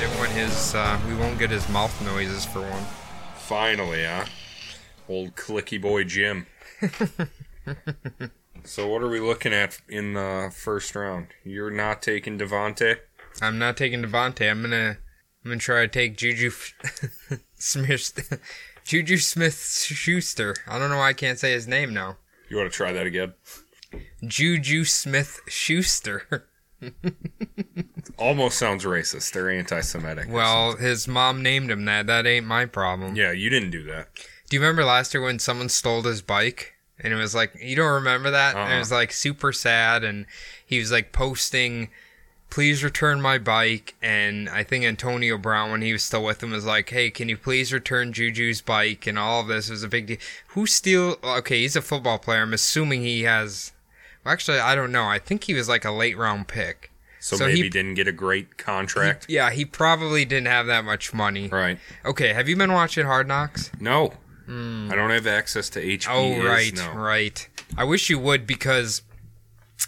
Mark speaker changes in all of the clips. Speaker 1: doing his. Uh, we won't get his mouth noises for one.
Speaker 2: Finally, huh? Old clicky boy Jim. so what are we looking at in the first round? You're not taking Devonte.
Speaker 1: I'm not taking Devonte. I'm gonna. I'm gonna try to take Juju F- Smith. Juju Smith Schuster. I don't know why I can't say his name now.
Speaker 2: You want to try that again?
Speaker 1: Juju Smith Schuster.
Speaker 2: Almost sounds racist. They're anti-Semitic.
Speaker 1: well, his mom named him that. That ain't my problem.
Speaker 2: yeah, you didn't do that.
Speaker 1: Do you remember last year when someone stole his bike? And it was like, you don't remember that? And
Speaker 2: Uh-uh.
Speaker 1: it was like super sad. And he was like posting, please return my bike. And I think Antonio Brown, when he was still with him, was like, hey, can you please return Juju's bike? And all of this was a big deal. Who steal? Okay, he's a football player. I'm assuming he has. Well, actually, I don't know. I think he was like a late round pick.
Speaker 2: So,
Speaker 1: So
Speaker 2: maybe
Speaker 1: he-
Speaker 2: didn't get a great contract.
Speaker 1: Yeah, he probably didn't have that much money.
Speaker 2: right.
Speaker 1: Okay, have you been watching Hard Knocks?
Speaker 2: No. I don't have access to HBO.
Speaker 1: Hmm. Oh, right,
Speaker 2: No.
Speaker 1: right. I wish you would because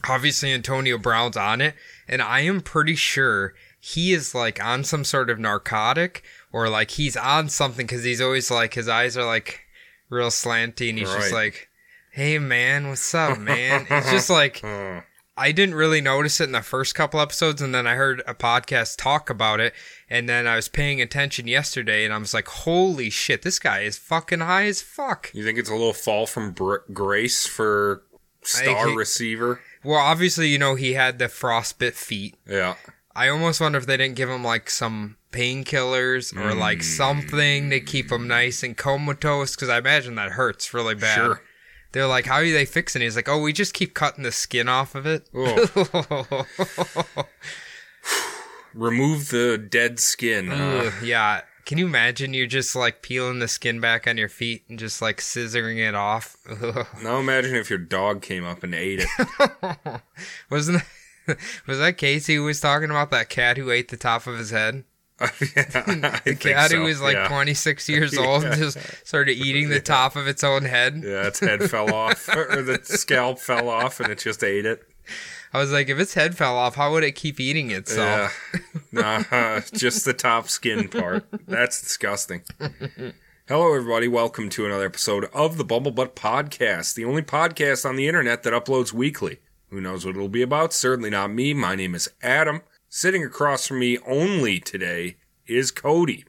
Speaker 1: obviously Antonio Brown's on it, and I am pretty sure he is like on some sort of narcotic or like he's on something because he's always like his eyes are like real slanty and he's just
Speaker 2: Right.
Speaker 1: like, hey man, what's up, man? it's just like
Speaker 2: Uh,
Speaker 1: I didn't really notice it in the first couple episodes, and then I heard a podcast talk about it, and then I was paying attention yesterday, and I was like, holy shit, this guy is fucking high as fuck.
Speaker 2: you think it's a little fall from br- grace for star
Speaker 1: hate-
Speaker 2: receiver?
Speaker 1: Well, obviously, you know, he had the frostbit feet.
Speaker 2: Yeah.
Speaker 1: I almost wonder if they didn't give him like some painkillers or like something to keep him nice and comatose because I imagine that hurts really bad.
Speaker 2: Sure.
Speaker 1: They're like, how are they fixing it? He's like, oh, we just keep cutting the skin off of it.
Speaker 2: Remove the dead skin. Uh,
Speaker 1: Ugh, yeah. Can you imagine you're just like peeling the skin back on your feet and just like scissoring it off? Ugh.
Speaker 2: now imagine if your dog came up and ate it.
Speaker 1: Wasn't that, was that Casey who was talking about that cat who ate the top of his head?
Speaker 2: yeah, I
Speaker 1: The
Speaker 2: think
Speaker 1: cat
Speaker 2: so.
Speaker 1: who was like
Speaker 2: yeah.
Speaker 1: 26 years old just started eating the top of its own head.
Speaker 2: Yeah, its head fell off, or the scalp fell off, and it just ate it.
Speaker 1: I was like, if its head fell off, how would it keep eating
Speaker 2: Yeah,
Speaker 1: itself?
Speaker 2: nah, just the top skin part. That's disgusting. Hello, everybody. Welcome to another episode of the Bumblebutt Podcast, the only podcast on the internet that uploads weekly. Who knows what it'll be about? Certainly not me. My name is Adam. Sitting across from me only today is Cody.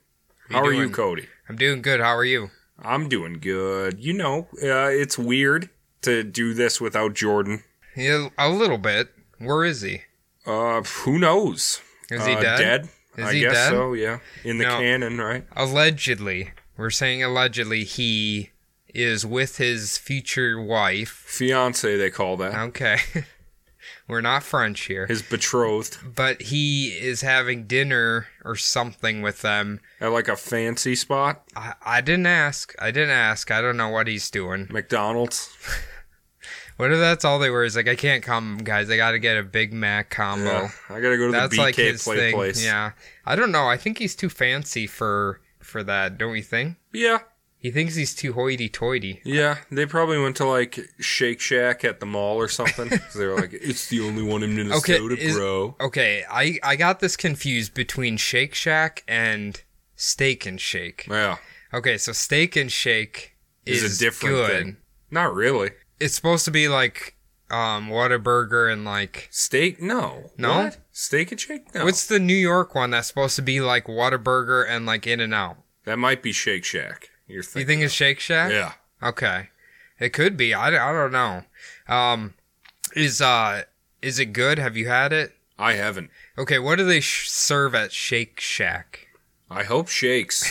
Speaker 2: How are you,
Speaker 1: doing?
Speaker 2: Cody?
Speaker 1: I'm doing good. How are you?
Speaker 2: I'm doing good. You know, uh, it's weird to do this without Jordan.
Speaker 1: Yeah, a little bit. Where is he?
Speaker 2: Uh, who knows?
Speaker 1: Is he
Speaker 2: Uh,
Speaker 1: dead? Is
Speaker 2: I
Speaker 1: he
Speaker 2: guess
Speaker 1: dead?
Speaker 2: so. Yeah, in the
Speaker 1: No.
Speaker 2: canon, right?
Speaker 1: Allegedly, we're saying allegedly he is with his future wife.
Speaker 2: Fiance, they call that
Speaker 1: Okay. we're not French here.
Speaker 2: his betrothed
Speaker 1: But he is having dinner or something with them.
Speaker 2: at like a fancy spot,
Speaker 1: I, I didn't ask. I didn't ask. I don't know what he's doing.
Speaker 2: McDonald's.
Speaker 1: What if that's all they were? Is like, I can't come, guys. I got to get a Big Mac combo.
Speaker 2: Yeah, Uh, I gotta go to
Speaker 1: that's
Speaker 2: the BK
Speaker 1: like his
Speaker 2: play
Speaker 1: thing.
Speaker 2: place.
Speaker 1: Yeah, I don't know. I think he's too fancy for for that. Don't you think?
Speaker 2: yeah,
Speaker 1: He thinks he's too hoity-toity.
Speaker 2: yeah. They probably went to like Shake Shack at the mall or something. 'Cause they were like, "It's the only one in Minnesota,
Speaker 1: is-
Speaker 2: bro."
Speaker 1: Okay, I I got this confused between Shake Shack and Steak and Shake.
Speaker 2: Yeah,
Speaker 1: Okay, so Steak and Shake
Speaker 2: Is
Speaker 1: is,
Speaker 2: a different
Speaker 1: good.
Speaker 2: thing. not really.
Speaker 1: It's supposed to be like um Whataburger and like
Speaker 2: Steak? No.
Speaker 1: No?
Speaker 2: What? Steak and Shake? No.
Speaker 1: what's the New York one that's supposed to be like Whataburger and like In and Out.
Speaker 2: that might be Shake Shack. You're
Speaker 1: You
Speaker 2: thinking?
Speaker 1: think it's Shake Shack?
Speaker 2: yeah.
Speaker 1: Okay. It could be. I, I don't know. Um, is uh is it good? Have you had it?
Speaker 2: I haven't.
Speaker 1: Okay, what do they sh- serve at Shake Shack?
Speaker 2: I hope shakes.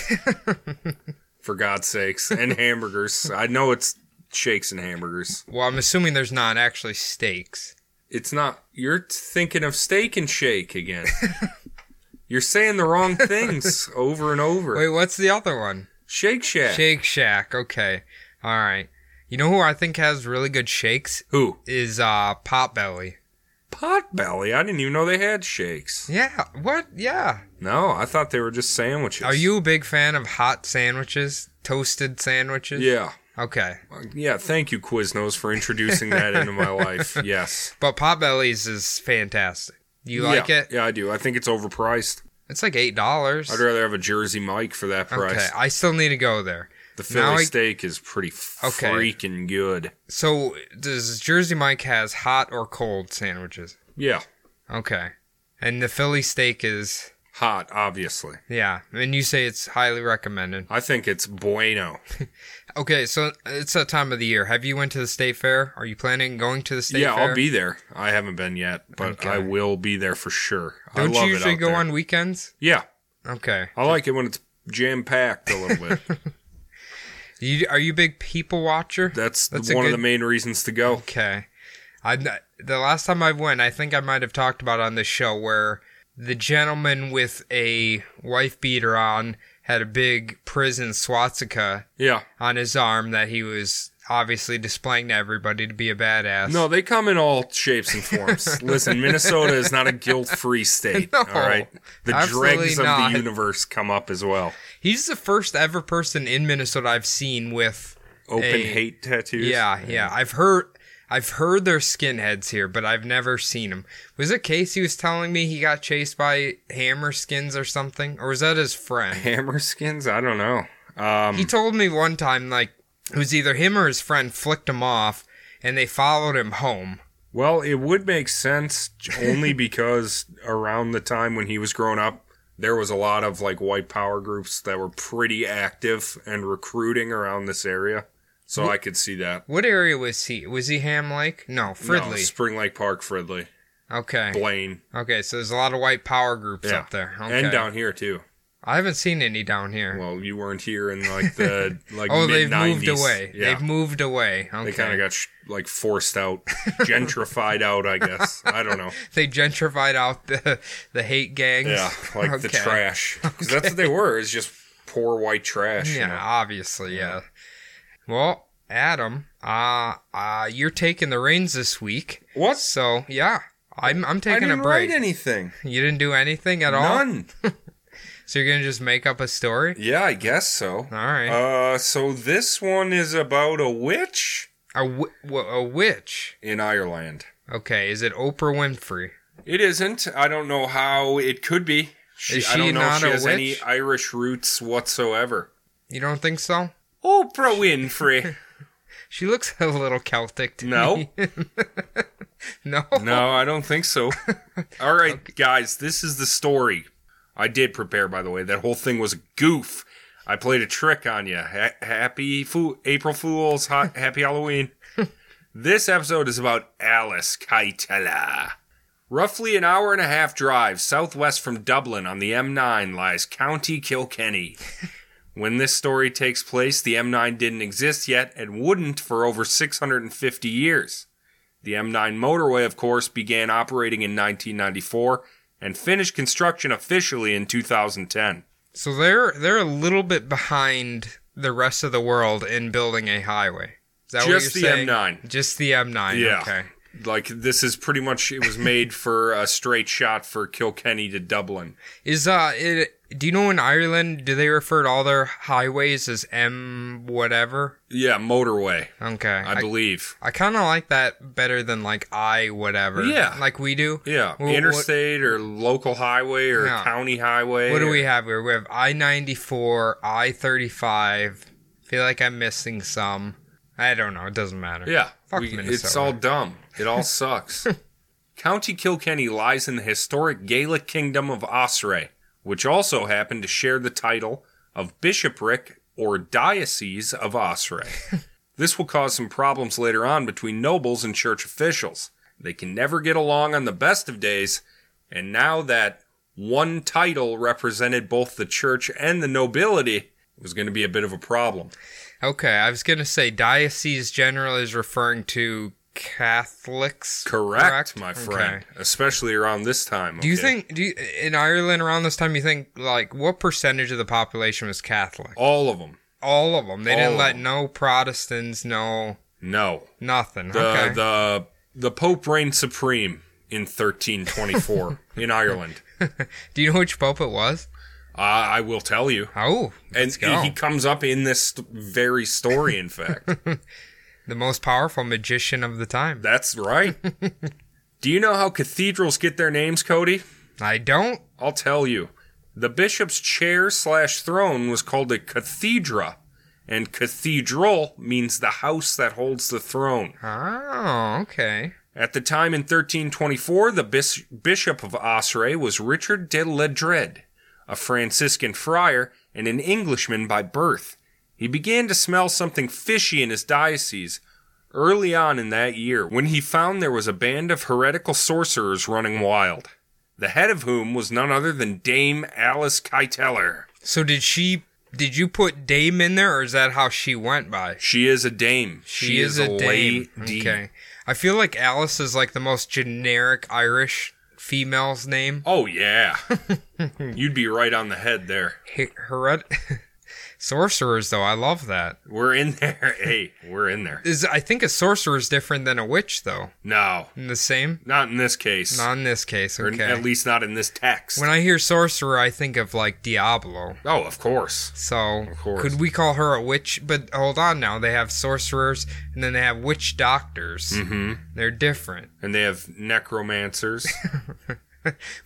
Speaker 2: For God's sakes. And hamburgers. I know it's shakes and hamburgers.
Speaker 1: Well, I'm assuming there's not actually steaks.
Speaker 2: It's not. You're thinking of steak and shake again. You're saying the wrong things over and over.
Speaker 1: Wait, what's the other one?
Speaker 2: Shake Shack.
Speaker 1: Shake Shack. Okay. All right. You know who I think has really good shakes
Speaker 2: Who?
Speaker 1: is uh Potbelly.
Speaker 2: Potbelly. I didn't even know they had shakes.
Speaker 1: Yeah. What? Yeah.
Speaker 2: No, I thought they were just sandwiches.
Speaker 1: Are you a big fan of hot sandwiches? Toasted sandwiches?
Speaker 2: Yeah.
Speaker 1: Okay.
Speaker 2: Uh, Yeah. Thank you, Quiznos, for introducing that into my life. Yes.
Speaker 1: But Potbelly's is fantastic. You like
Speaker 2: Yeah.
Speaker 1: it?
Speaker 2: Yeah, I do. I think it's overpriced.
Speaker 1: It's like eight dollars.
Speaker 2: I'd rather have a Jersey Mike for that price.
Speaker 1: Okay, I still need to go there.
Speaker 2: The
Speaker 1: Now
Speaker 2: Philly
Speaker 1: I-
Speaker 2: steak is pretty
Speaker 1: Okay.
Speaker 2: freaking good.
Speaker 1: So does Jersey Mike has hot or cold sandwiches?
Speaker 2: Yeah,
Speaker 1: Okay, and the Philly steak is
Speaker 2: hot, obviously.
Speaker 1: yeah, and you say it's highly recommended.
Speaker 2: I think it's bueno.
Speaker 1: Okay, so it's that time of the year. Have you went to the state fair? Are you planning on going to the state
Speaker 2: yeah,
Speaker 1: fair?
Speaker 2: I'll be there. I haven't been yet, but I
Speaker 1: Okay.
Speaker 2: will be there for sure. I
Speaker 1: Don't
Speaker 2: love
Speaker 1: you usually
Speaker 2: it out
Speaker 1: go
Speaker 2: there.
Speaker 1: on weekends?
Speaker 2: Yeah,
Speaker 1: Okay.
Speaker 2: I like it when it's jam packed a little bit.
Speaker 1: You are you a big people watcher?
Speaker 2: That's,
Speaker 1: That's a
Speaker 2: one of
Speaker 1: good-
Speaker 2: the main reasons to go.
Speaker 1: Okay. I the last time I went, I think I might have talked about on this show where the gentleman with a wife beater on had a big prison swastika
Speaker 2: Yeah.
Speaker 1: on his arm that he was obviously displaying to everybody to be a badass.
Speaker 2: No, they come in all shapes and forms. Listen, Minnesota is not a guilt free state.
Speaker 1: No,
Speaker 2: all right. The
Speaker 1: absolutely
Speaker 2: dregs
Speaker 1: not.
Speaker 2: of the universe come up as well.
Speaker 1: he's the first ever person in Minnesota I've seen with.
Speaker 2: Open
Speaker 1: Hey.
Speaker 2: hate tattoos.
Speaker 1: Yeah, yeah. I've heard. I've heard there's skinheads here, but I've never seen them. Was it Casey was telling me he got chased by hammer skins or something, or was that his friend?
Speaker 2: Hammer skins? I don't know. Um,
Speaker 1: He told me one time, like, it was either him or his friend flicked him off and they followed him home.
Speaker 2: well, it would make sense only because around the time when he was growing up, there was a lot of like white power groups that were pretty active and recruiting around this area. So I could see that.
Speaker 1: What area was he? Was he Ham Lake? No,
Speaker 2: No,
Speaker 1: Fridley.
Speaker 2: Spring Lake Park, Fridley,
Speaker 1: okay.
Speaker 2: Blaine,
Speaker 1: Okay, so there's a lot of white power groups
Speaker 2: Yeah.
Speaker 1: up there. Okay.
Speaker 2: and down here too.
Speaker 1: I haven't seen any down here.
Speaker 2: Well, you weren't here in like the like.
Speaker 1: oh,
Speaker 2: mid
Speaker 1: they've
Speaker 2: 90s.
Speaker 1: moved away.
Speaker 2: Yeah,
Speaker 1: They've moved away. Okay.
Speaker 2: they kind of got sh- like forced out, gentrified out. I guess I don't know.
Speaker 1: They gentrified out the the hate gangs.
Speaker 2: Yeah, like the
Speaker 1: Okay.
Speaker 2: trash. 'Cause that's what they were. Is just poor white trash. you
Speaker 1: Yeah,
Speaker 2: know?
Speaker 1: obviously, yeah. Well, Adam, uh, uh, you're taking the reins this week.
Speaker 2: What?
Speaker 1: So yeah, I'm I'm
Speaker 2: I
Speaker 1: taking
Speaker 2: didn't
Speaker 1: a break.
Speaker 2: write anything.
Speaker 1: You didn't do anything at all.
Speaker 2: None.
Speaker 1: So you're gonna just make up a story.
Speaker 2: Yeah, I guess so.
Speaker 1: All right.
Speaker 2: Uh, so this one is about a witch
Speaker 1: a, wi- w- a witch.
Speaker 2: in Ireland.
Speaker 1: Okay. Is it Oprah Winfrey?
Speaker 2: It isn't. I don't know how it could be. She,
Speaker 1: Is
Speaker 2: I
Speaker 1: she
Speaker 2: don't know
Speaker 1: not
Speaker 2: if she
Speaker 1: a
Speaker 2: has any
Speaker 1: witch?
Speaker 2: Irish roots whatsoever.
Speaker 1: You don't think so?
Speaker 2: Oprah Winfrey.
Speaker 1: She looks a little Celtic. To
Speaker 2: No.
Speaker 1: Me. no.
Speaker 2: No, I don't think so. All right, guys, this is the story. I did prepare, by the way. That whole thing was a goof. I played a trick on you. Ha- happy Fool, April Fools, ha- Happy Halloween. this episode is about Alice Kaitala. Roughly an hour and a half drive southwest from Dublin on the M9 lies County Kilkenny. When this story takes place, the M9 didn't exist yet and wouldn't for over 650 years. The M9 motorway, of course, began operating in 1994 and finished construction officially in 2010.
Speaker 1: So they're they're a little bit behind the rest of the world in building a highway. Is that what
Speaker 2: Just
Speaker 1: you're
Speaker 2: the
Speaker 1: saying?
Speaker 2: M9.
Speaker 1: Just the M9.
Speaker 2: Yeah.
Speaker 1: Okay.
Speaker 2: Like, this is pretty much, it was made for a straight shot for Kilkenny to Dublin.
Speaker 1: Is uh, it, do you know in Ireland do they refer to all their highways as M whatever?
Speaker 2: Yeah, motorway,
Speaker 1: Okay.
Speaker 2: I believe.
Speaker 1: I kind of like that better than like I whatever.
Speaker 2: Yeah.
Speaker 1: Like we do.
Speaker 2: Yeah,
Speaker 1: Well, what-
Speaker 2: interstate or local highway or
Speaker 1: Yeah.
Speaker 2: county highway.
Speaker 1: What do we
Speaker 2: or-
Speaker 1: have here? We have I 94, I 35. Feel like I'm missing some. I don't know. It doesn't matter.
Speaker 2: Yeah,
Speaker 1: Fuck
Speaker 2: we- it's
Speaker 1: Minnesota.
Speaker 2: all dumb. It all sucks. County Kilkenny lies in the historic Gaelic kingdom of Osray, which also happened to share the title of bishopric or diocese of Osray. this will cause some problems later on between nobles and church officials. They can never get along on the best of days, and now that one title represented both the church and the nobility, it was going to be a bit of a problem.
Speaker 1: Okay. I was going to say diocese general is referring to Catholics.
Speaker 2: Correct, my friend.
Speaker 1: Okay.
Speaker 2: Especially around this time.
Speaker 1: Do you
Speaker 2: okay?
Speaker 1: think do you, in Ireland around this time you think like what percentage of the population was Catholic?
Speaker 2: all of them?
Speaker 1: All of them. They
Speaker 2: All
Speaker 1: didn't
Speaker 2: of
Speaker 1: let
Speaker 2: 'em.
Speaker 1: no Protestants, no
Speaker 2: No.
Speaker 1: nothing.
Speaker 2: The
Speaker 1: okay.
Speaker 2: the the Pope reigned supreme in 1324 in Ireland.
Speaker 1: Do you know which pope it was?
Speaker 2: Uh, I will tell you.
Speaker 1: Oh,
Speaker 2: And
Speaker 1: let's go.
Speaker 2: he comes up in this st- very story. In fact,
Speaker 1: the most powerful magician of the time.
Speaker 2: that's right. Do you know how cathedrals get their names, Cody?
Speaker 1: I don't.
Speaker 2: I'll tell you. The bishop's chair slash throne was called a cathedra, and cathedral means the house that holds the throne.
Speaker 1: Oh, okay.
Speaker 2: At the time in 1324, the bis- bishop of Osray was Richard de Ledred, a Franciscan friar and an Englishman by birth. He began to smell something fishy in his diocese early on in that year when he found there was a band of heretical sorcerers running wild, the head of whom was none other than Dame Alice Keiteler.
Speaker 1: So did she? Did you put Dame in there, or is that how she went by?
Speaker 2: She is a dame. She, is, a
Speaker 1: dame.
Speaker 2: lady.
Speaker 1: Okay. I feel like Alice is like the most generic Irish female's name.
Speaker 2: Oh, yeah. You'd be right on the head there.
Speaker 1: He- Heret- sorcerers, though, I love that.
Speaker 2: We're in there. Hey, we're in there.
Speaker 1: Is I think a sorcerer is different than a witch, though.
Speaker 2: No,
Speaker 1: In the same?
Speaker 2: not in this case.
Speaker 1: Not in this case.
Speaker 2: or
Speaker 1: Okay.
Speaker 2: at least not in this text.
Speaker 1: When I hear sorcerer, I think of like Diablo.
Speaker 2: oh, of course.
Speaker 1: So
Speaker 2: course.
Speaker 1: could we call her a witch? But hold on now, they have sorcerers and then they have witch doctors. Mm-hmm. They're different,
Speaker 2: And they have necromancers.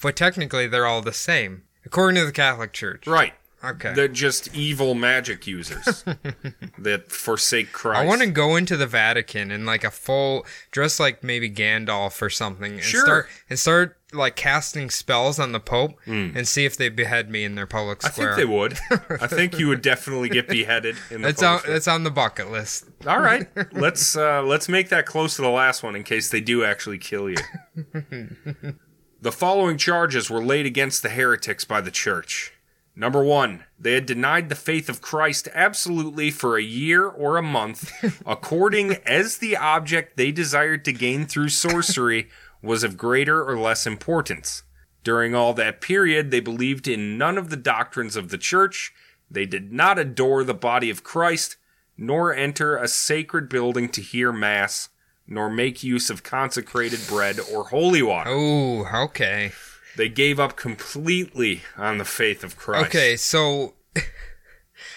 Speaker 1: but technically they're all the same according to the Catholic Church.
Speaker 2: right.
Speaker 1: Okay.
Speaker 2: They're just evil magic users that forsake Christ.
Speaker 1: I want to go into the Vatican in like a full dress, like maybe Gandalf or something, and
Speaker 2: Sure.
Speaker 1: start and start like casting spells on the Pope and see if they behead me in their public
Speaker 2: Mm. I
Speaker 1: square.
Speaker 2: think they would. I think you would definitely get beheaded. In the
Speaker 1: That's on,
Speaker 2: public square.
Speaker 1: that's on the bucket list.
Speaker 2: All right, let's uh, let's make that close to the last one in case they do actually kill you. the following charges were laid against the heretics by the church. Number one, they had denied the faith of Christ absolutely for a year or a month, according as the object they desired to gain through sorcery was of greater or less importance. During all that period, they believed in none of the doctrines of the church. They did not adore the body of Christ, nor enter a sacred building to hear Mass, nor make use of consecrated bread or holy water.
Speaker 1: Oh, okay,
Speaker 2: They gave up completely on the faith of Christ.
Speaker 1: okay. So,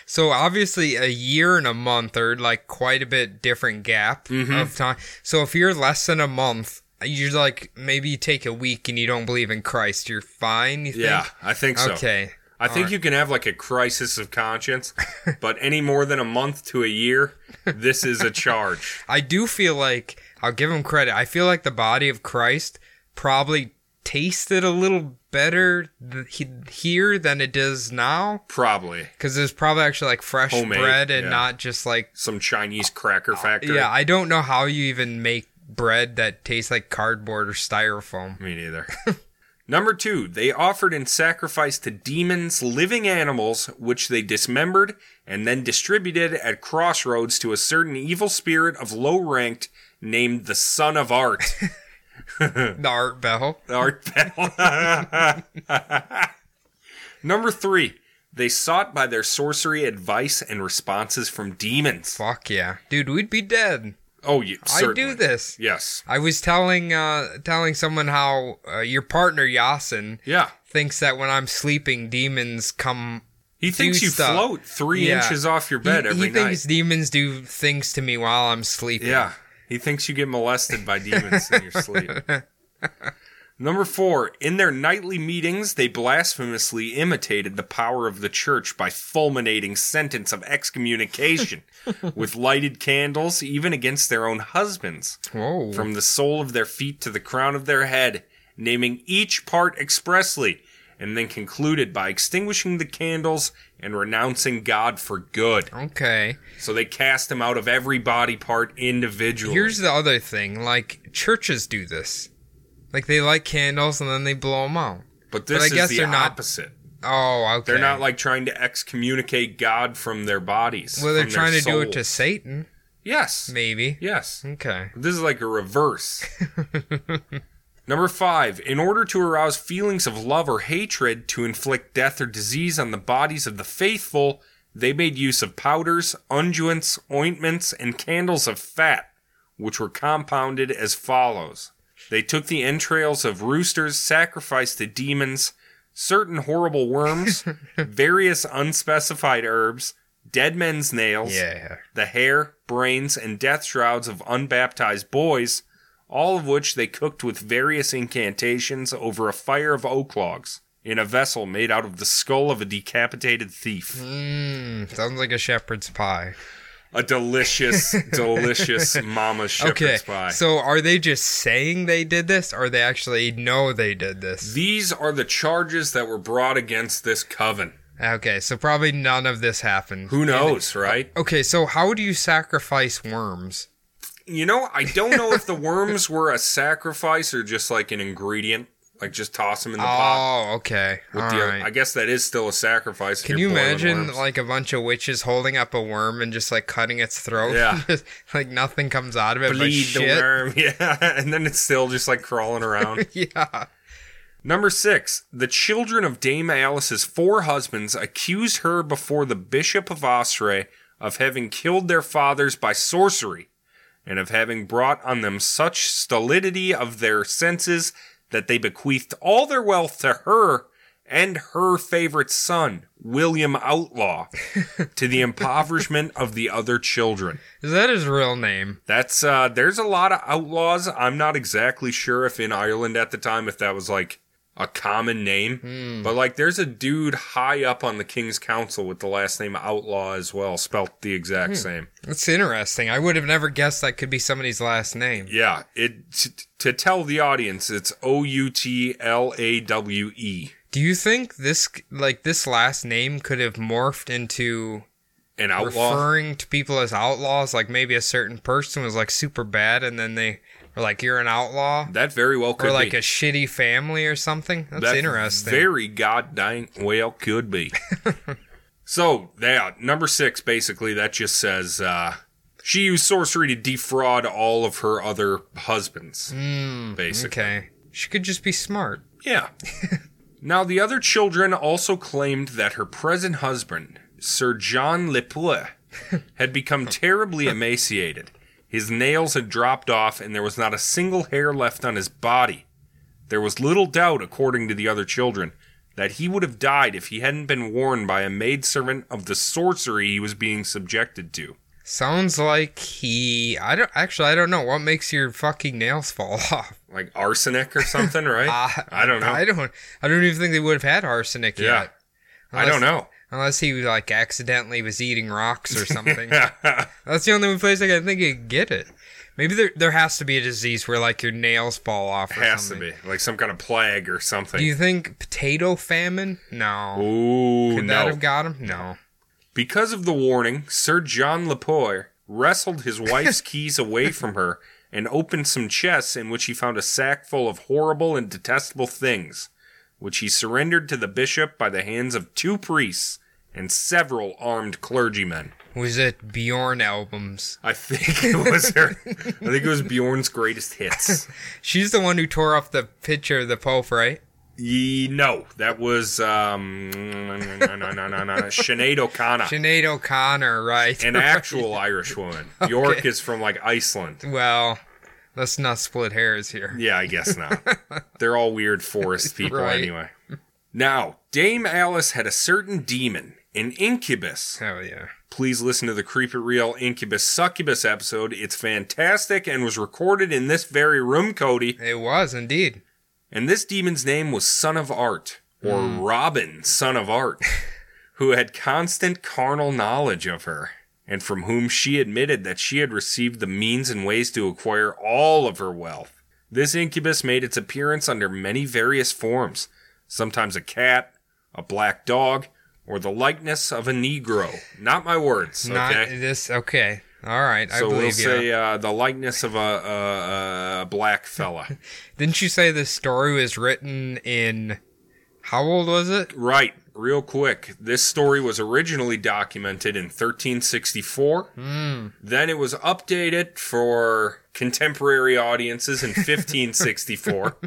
Speaker 1: so obviously a year and a month are like quite a bit different gap
Speaker 2: Mm-hmm.
Speaker 1: of time. So if you're less than a month, you're like maybe you take a week and you don't believe in Christ, you're fine. You
Speaker 2: Yeah,
Speaker 1: think?
Speaker 2: I think so.
Speaker 1: Okay.
Speaker 2: I think you can have like a crisis of conscience, but any more than a month to a year, this is a charge.
Speaker 1: I do feel like I'll give him credit. I feel like the body of Christ probably tasted a little better th- he- here than it does now
Speaker 2: Probably
Speaker 1: because there's probably actually like fresh
Speaker 2: Homemade,
Speaker 1: bread and
Speaker 2: yeah.
Speaker 1: not just like
Speaker 2: some Chinese cracker factory.
Speaker 1: Oh, yeah. I don't know how you even make bread that tastes like cardboard or styrofoam.
Speaker 2: Me neither. Number two, they offered in sacrifice to demons living animals, which they dismembered and then distributed at crossroads to a certain evil spirit of low ranked named the Son of Art.
Speaker 1: The art bell.
Speaker 2: Art Bell. Number three, they sought by their sorcery advice and responses from demons.
Speaker 1: Fuck yeah, dude, we'd be dead.
Speaker 2: Oh, yeah, certainly.
Speaker 1: I do this.
Speaker 2: Yes.
Speaker 1: I was telling uh telling someone how uh, your partner Yasin
Speaker 2: Yeah.
Speaker 1: thinks that when I'm sleeping, demons come
Speaker 2: He thinks you
Speaker 1: stuff.
Speaker 2: float three
Speaker 1: Yeah.
Speaker 2: inches off your bed
Speaker 1: he,
Speaker 2: every
Speaker 1: he
Speaker 2: night.
Speaker 1: thinks demons do things to me while I'm sleeping.
Speaker 2: Yeah. He thinks you get molested by demons in your sleep. Number four, in their nightly meetings, they blasphemously imitated the power of the church by fulminating sentence of excommunication with lighted candles, even against their own husbands,
Speaker 1: Whoa.
Speaker 2: from the sole of their feet to the crown of their head, naming each part expressly, and then concluded by extinguishing the candles and renouncing God for good.
Speaker 1: okay.
Speaker 2: So they cast him out of every body part individually.
Speaker 1: Here's the other thing. Like churches do this. Like they light candles and then they blow them out.
Speaker 2: But this
Speaker 1: I
Speaker 2: is
Speaker 1: guess
Speaker 2: the
Speaker 1: they're not-
Speaker 2: opposite.
Speaker 1: Oh, okay.
Speaker 2: They're not like trying to excommunicate God from their bodies.
Speaker 1: Well, they're
Speaker 2: from their
Speaker 1: trying to do it
Speaker 2: soul.
Speaker 1: to Satan,
Speaker 2: yes,
Speaker 1: maybe.
Speaker 2: yes.
Speaker 1: Okay.
Speaker 2: This is like a reverse. Number five, in order to arouse feelings of love or hatred to inflict death or disease on the bodies of the faithful, they made use of powders, unguents, ointments, and candles of fat, which were compounded as follows. They took the entrails of roosters sacrificed to demons, certain horrible worms, various unspecified herbs, dead men's nails,
Speaker 1: Yeah.
Speaker 2: the hair, brains, and death shrouds of unbaptized boys, all of which they cooked with various incantations over a fire of oak logs. in a vessel made out of the skull of a decapitated thief. Hmm,
Speaker 1: Mm, sounds like a shepherd's pie.
Speaker 2: A delicious, delicious mama
Speaker 1: Okay.
Speaker 2: shepherd's pie.
Speaker 1: So are they just saying they did this or they actually know they did this?
Speaker 2: These are the charges that were brought against this coven.
Speaker 1: Okay, so probably none of this happened.
Speaker 2: Who knows, right?
Speaker 1: Okay, so how do you sacrifice worms?
Speaker 2: You know, I don't know if the worms were a sacrifice or just like an ingredient, like just toss them in the pot.
Speaker 1: Oh, okay.
Speaker 2: With
Speaker 1: All
Speaker 2: the, uh,
Speaker 1: right.
Speaker 2: I guess that is still a sacrifice. if
Speaker 1: Can
Speaker 2: you're
Speaker 1: you
Speaker 2: boiling
Speaker 1: imagine
Speaker 2: worms.
Speaker 1: like a bunch of witches holding up a worm and just like cutting its throat?
Speaker 2: Yeah.
Speaker 1: Just, like nothing comes out of it but
Speaker 2: bleed the
Speaker 1: shit.
Speaker 2: worm, yeah, and then it's still just like crawling around.
Speaker 1: Yeah.
Speaker 2: Number six, the children of Dame Alice's four husbands accused her before the Bishop of Osray of having killed their fathers by sorcery, and of having brought on them such stolidity of their senses that they bequeathed all their wealth to her and her favorite son, William Outlaw, to the impoverishment of the other children.
Speaker 1: Is that his real name?
Speaker 2: That's uh there's a lot of outlaws. I'm not exactly sure if in Ireland at the time if that was like a common name.
Speaker 1: Hmm.
Speaker 2: But like there's a dude high up on the King's Council with the last name Outlaw as well, spelt the exact
Speaker 1: Hmm.
Speaker 2: same.
Speaker 1: That's interesting. I would have never guessed that could be somebody's last name.
Speaker 2: Yeah, it t- to tell the audience it's O U T L A W E.
Speaker 1: Do you think this like this last name could have morphed into
Speaker 2: An outlaw.
Speaker 1: referring to people as outlaws? Like maybe a certain person was like super bad and then they were like, You're an outlaw?
Speaker 2: that very well could
Speaker 1: or like
Speaker 2: be.
Speaker 1: a shitty family or something? That's
Speaker 2: That
Speaker 1: interesting.
Speaker 2: Very goddamn well could be. so yeah, number six basically that just says uh, she used sorcery to defraud all of her other husbands.
Speaker 1: Mm,
Speaker 2: basically,
Speaker 1: Hmm. okay. She could just be smart.
Speaker 2: yeah. now the other children also claimed that her present husband, Sir John Lepoux, had become terribly emaciated. His nails had dropped off, and there was not a single hair left on his body. There was little doubt, according to the other children, that he would have died if he hadn't been warned by a maidservant of the sorcery he was being subjected to.
Speaker 1: Sounds like he. I don't actually. I don't know what makes your fucking nails fall off.
Speaker 2: Like arsenic or something, right?
Speaker 1: Uh,
Speaker 2: I don't know.
Speaker 1: I don't. I don't even think they would have had arsenic
Speaker 2: Yeah.
Speaker 1: yet,
Speaker 2: I don't know.
Speaker 1: unless he like accidentally was eating rocks or something. That's the only place I can think he could get it. Maybe there there has to be a disease where like your nails fall off. Or
Speaker 2: Has to
Speaker 1: something.
Speaker 2: be. Like some kind of plague or something.
Speaker 1: Do you think potato famine? No.
Speaker 2: Ooh,
Speaker 1: could
Speaker 2: Oh, no.
Speaker 1: that have got him? No.
Speaker 2: Because of the warning, Sir John Lapoy wrestled his wife's keys away from her and opened some chests in which he found a sack full of horrible and detestable things, which he surrendered to the bishop by the hands of two priests and several armed clergymen.
Speaker 1: Was it Bjorn albums?
Speaker 2: I think it was her. I think it was Bjorn's greatest hits.
Speaker 1: She's the one who tore off the picture of the Pope, right?
Speaker 2: Ye, no, that was um, no, no, no, no, no, no, Sinead O'Connor,
Speaker 1: Sinead O'Connor, right?
Speaker 2: an actual Irish woman. York is from like Iceland.
Speaker 1: Well, let's not split hairs here.
Speaker 2: Yeah, I guess not. They're all weird forest people
Speaker 1: Right.
Speaker 2: anyway. Now, Dame Alice had a certain demon, an incubus.
Speaker 1: Hell yeah.
Speaker 2: Please listen to the Creepy Real Incubus Succubus episode. It's fantastic and was recorded in this very room, Cody.
Speaker 1: It was indeed.
Speaker 2: And this demon's name was Son of Art, or
Speaker 1: Hmm.
Speaker 2: Robin, Son of Art, who had constant carnal knowledge of her, and from whom she admitted that she had received the means and ways to acquire all of her wealth. This incubus made its appearance under many various forms, sometimes a cat, a black dog, or the likeness of a Negro. Not my words, okay?
Speaker 1: Not this. Okay. All right. I
Speaker 2: so
Speaker 1: believe
Speaker 2: we'll
Speaker 1: you.
Speaker 2: say uh, the likeness of a, a, a black fella.
Speaker 1: Didn't you say this story was written in. How old was it?
Speaker 2: Right, real quick. This story was originally documented in 1364.
Speaker 1: Hmm.
Speaker 2: Then it was updated for contemporary audiences in 1564,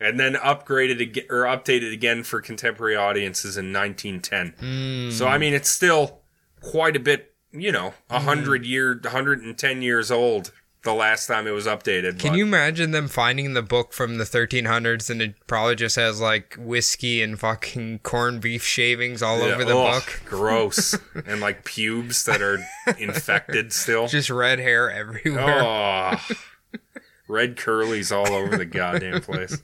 Speaker 2: and then upgraded ag- or updated again for contemporary audiences in
Speaker 1: Hmm.
Speaker 2: 1910. So I mean, it's still quite a bit. You know, a
Speaker 1: Hmm.
Speaker 2: hundred year, 110 years old. The last time it was updated.
Speaker 1: Can
Speaker 2: but-
Speaker 1: you imagine them finding the book from the 1300s and it probably just has like whiskey and fucking corned beef shavings all
Speaker 2: Yeah,
Speaker 1: over the
Speaker 2: ugh,
Speaker 1: book?
Speaker 2: Gross. and like pubes that are infected still.
Speaker 1: Just red hair everywhere.
Speaker 2: Oh, red curlies all over the goddamn place.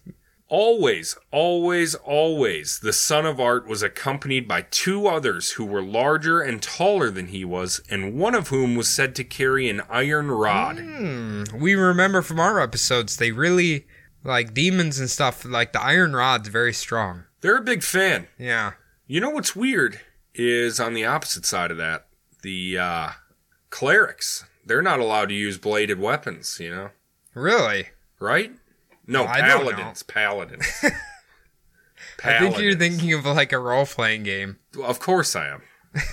Speaker 2: Always, always, always, the son of art was accompanied by two others who were larger and taller than he was, and one of whom was said to carry an iron rod.
Speaker 1: Hmm. we remember from our episodes they really like demons and stuff like the iron rod's very strong
Speaker 2: They're a big fan.
Speaker 1: yeah
Speaker 2: You know what's weird is on the opposite side of that, the uh, clerics. They're not allowed to use bladed weapons, you know,
Speaker 1: really
Speaker 2: right? No,
Speaker 1: I don't know.
Speaker 2: paladins, paladins.
Speaker 1: i think you're thinking of like a role-playing game
Speaker 2: Of course I am.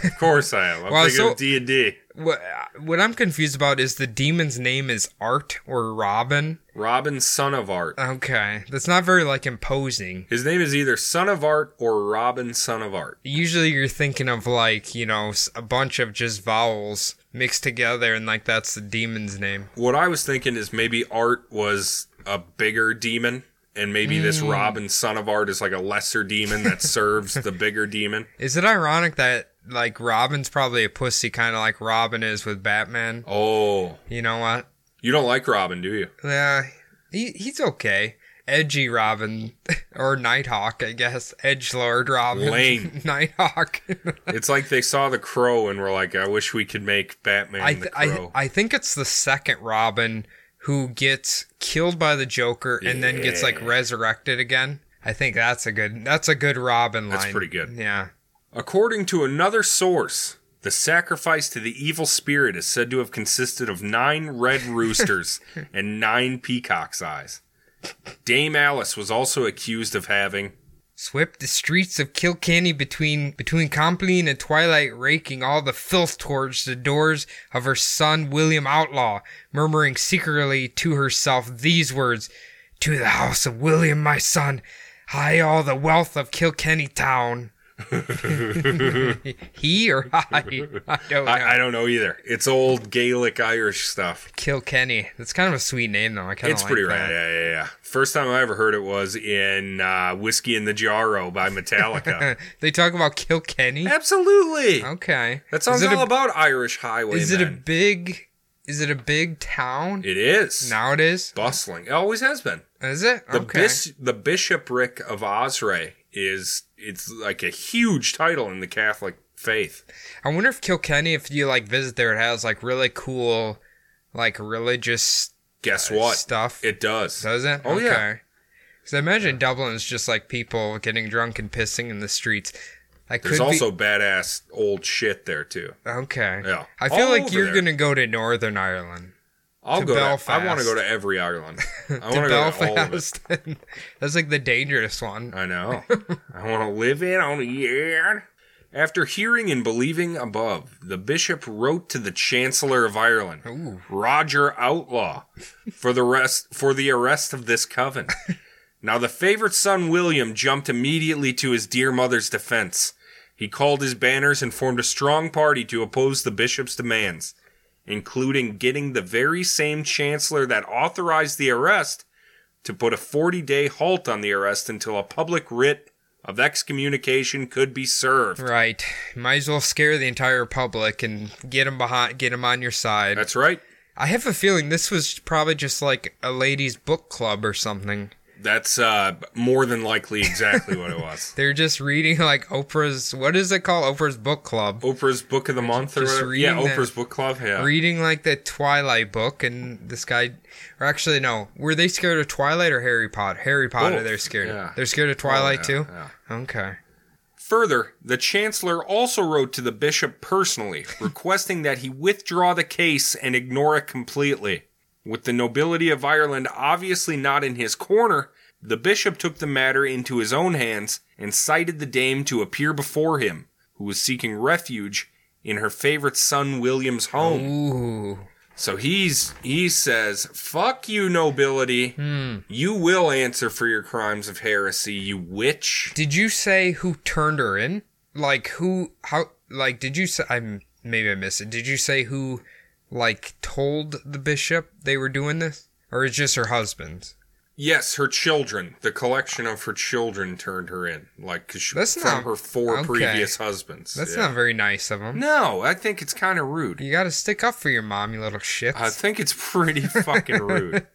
Speaker 2: Of course I am. I'm
Speaker 1: Well,
Speaker 2: thinking
Speaker 1: so-
Speaker 2: of D and D.
Speaker 1: what, what i'm confused about is the demon's name is art or robin
Speaker 2: Robin, son of
Speaker 1: Uh.
Speaker 2: art.
Speaker 1: okay that's not very like imposing
Speaker 2: His name is either son of art or Robin, son of art.
Speaker 1: usually you're thinking of like you know s- a bunch of just vowels mixed together and like that's the demon's name
Speaker 2: What I was thinking is maybe art was a bigger demon, and maybe this
Speaker 1: Mm.
Speaker 2: Robin, son of art, is like a lesser demon that serves the bigger demon.
Speaker 1: is it ironic that like robin's probably a pussy kind of like robin is with batman
Speaker 2: Oh,
Speaker 1: you know what
Speaker 2: you don't like Robin, do you?
Speaker 1: Yeah, he, he's okay. Edgy Robin or Nighthawk, I guess. Edge Lord Robin,
Speaker 2: Lame.
Speaker 1: Nighthawk.
Speaker 2: It's like they saw the crow and were like, "I wish we could make Batman
Speaker 1: I
Speaker 2: the
Speaker 1: th- I
Speaker 2: crow."
Speaker 1: I think it's the second Robin who gets killed by the Joker and then gets like resurrected again. I think that's a good that's a good Robin line.
Speaker 2: That's pretty good.
Speaker 1: Yeah.
Speaker 2: According to another source, the sacrifice to the evil spirit is said to have consisted of nine red roosters and nine peacock's eyes. Dame Alice was also accused of having
Speaker 1: Swept the streets of Kilkenny between between Compline and Twilight, raking all the filth towards the doors of her son William Outlaw, murmuring secretly to herself these words To the house of William, my son, I all the wealth of Kilkenny town. he or I? I don't know.
Speaker 2: I, I don't know either. It's old Gaelic Irish stuff.
Speaker 1: Kilkenny. That's kind of a sweet name, though. I kind of
Speaker 2: It's
Speaker 1: like
Speaker 2: pretty
Speaker 1: that.
Speaker 2: rad. Yeah, yeah, yeah. First time I ever heard it was in uh, Whiskey in the Jarro by Metallica.
Speaker 1: They talk about Kilkenny.
Speaker 2: Absolutely.
Speaker 1: Okay.
Speaker 2: That song's
Speaker 1: Oh. Is it a
Speaker 2: all about Irish highwaymen.
Speaker 1: Is it a big? Is it a big town
Speaker 2: It is.
Speaker 1: now? It is.
Speaker 2: Bustling. It always has been.
Speaker 1: Is it
Speaker 2: The,
Speaker 1: okay?
Speaker 2: bis- the bishopric of Osray is it's like a huge title in the Catholic faith.
Speaker 1: I wonder if Kilkenny, if you like visit there, it has like really cool, like religious
Speaker 2: Guess what?
Speaker 1: stuff.
Speaker 2: It does.
Speaker 1: Does it?
Speaker 2: Oh, yeah.
Speaker 1: Because I imagine Dublin's just like people getting drunk and pissing in the streets. I could
Speaker 2: There's
Speaker 1: be-
Speaker 2: also badass old shit there too.
Speaker 1: okay.
Speaker 2: Yeah.
Speaker 1: I feel
Speaker 2: All
Speaker 1: like
Speaker 2: over
Speaker 1: you're
Speaker 2: there.
Speaker 1: gonna go to Northern Ireland,
Speaker 2: I'll
Speaker 1: to
Speaker 2: go. To, I
Speaker 1: Belfast.
Speaker 2: want to go to every Ireland. I want
Speaker 1: to
Speaker 2: to go to all of it.
Speaker 1: Belfast. That's like the dangerous one.
Speaker 2: I know. I want to live in on yeah. After hearing and believing above, the bishop wrote to the Chancellor of Ireland, Roger Outlaw, for the rest for the arrest of this coven. now the favorite son William jumped immediately to his dear mother's defense. He called his banners and formed a strong party to oppose the bishop's demands, including getting the very same chancellor that authorized the arrest to put a 40 day halt on the arrest until a public writ of excommunication could be served.
Speaker 1: Right. Might as well scare the entire public and get them behind, get them on your side.
Speaker 2: That's right.
Speaker 1: I have a feeling this was probably just like a ladies' book club or something.
Speaker 2: That's uh, more than likely exactly what it was.
Speaker 1: They're just reading like Oprah's. What is it called? Oprah's book club.
Speaker 2: Oprah's Book of the Month or
Speaker 1: just
Speaker 2: whatever.
Speaker 1: reading
Speaker 2: Yeah,
Speaker 1: that-
Speaker 2: Oprah's Book Club. Oh, Yeah.
Speaker 1: Reading like the Twilight book, and this guy, or actually no, were they scared of Twilight or Harry Potter? Harry Potter,
Speaker 2: Both,
Speaker 1: they're scared. of.
Speaker 2: yeah.
Speaker 1: They're scared of Twilight
Speaker 2: Oh, Yeah,
Speaker 1: too.
Speaker 2: yeah.
Speaker 1: Okay.
Speaker 2: Further, the chancellor also wrote to the bishop personally, requesting that he withdraw the case and ignore it completely. With the nobility of Ireland obviously not in his corner, the bishop took the matter into his own hands and cited the dame to appear before him, who was seeking refuge in her favorite son William's home.
Speaker 1: Ooh.
Speaker 2: So he's he says, "Fuck you, nobility!
Speaker 1: Hmm.
Speaker 2: You will answer for your crimes of heresy, you witch."
Speaker 1: Did you say who turned her in? Like who? How? Like did you say? I'm maybe I missed it. Did you say who? Like told the bishop they were doing this, or is just her husband?
Speaker 2: Yes, her children. The collection of her children turned her in, like 'cause she,
Speaker 1: That's
Speaker 2: from
Speaker 1: not-
Speaker 2: her four
Speaker 1: okay.
Speaker 2: previous husbands.
Speaker 1: That's
Speaker 2: Yeah.
Speaker 1: not very nice of him.
Speaker 2: No, I think it's kind of rude.
Speaker 1: You gotta stick up for your mom, you little shit.
Speaker 2: I think it's pretty fucking rude.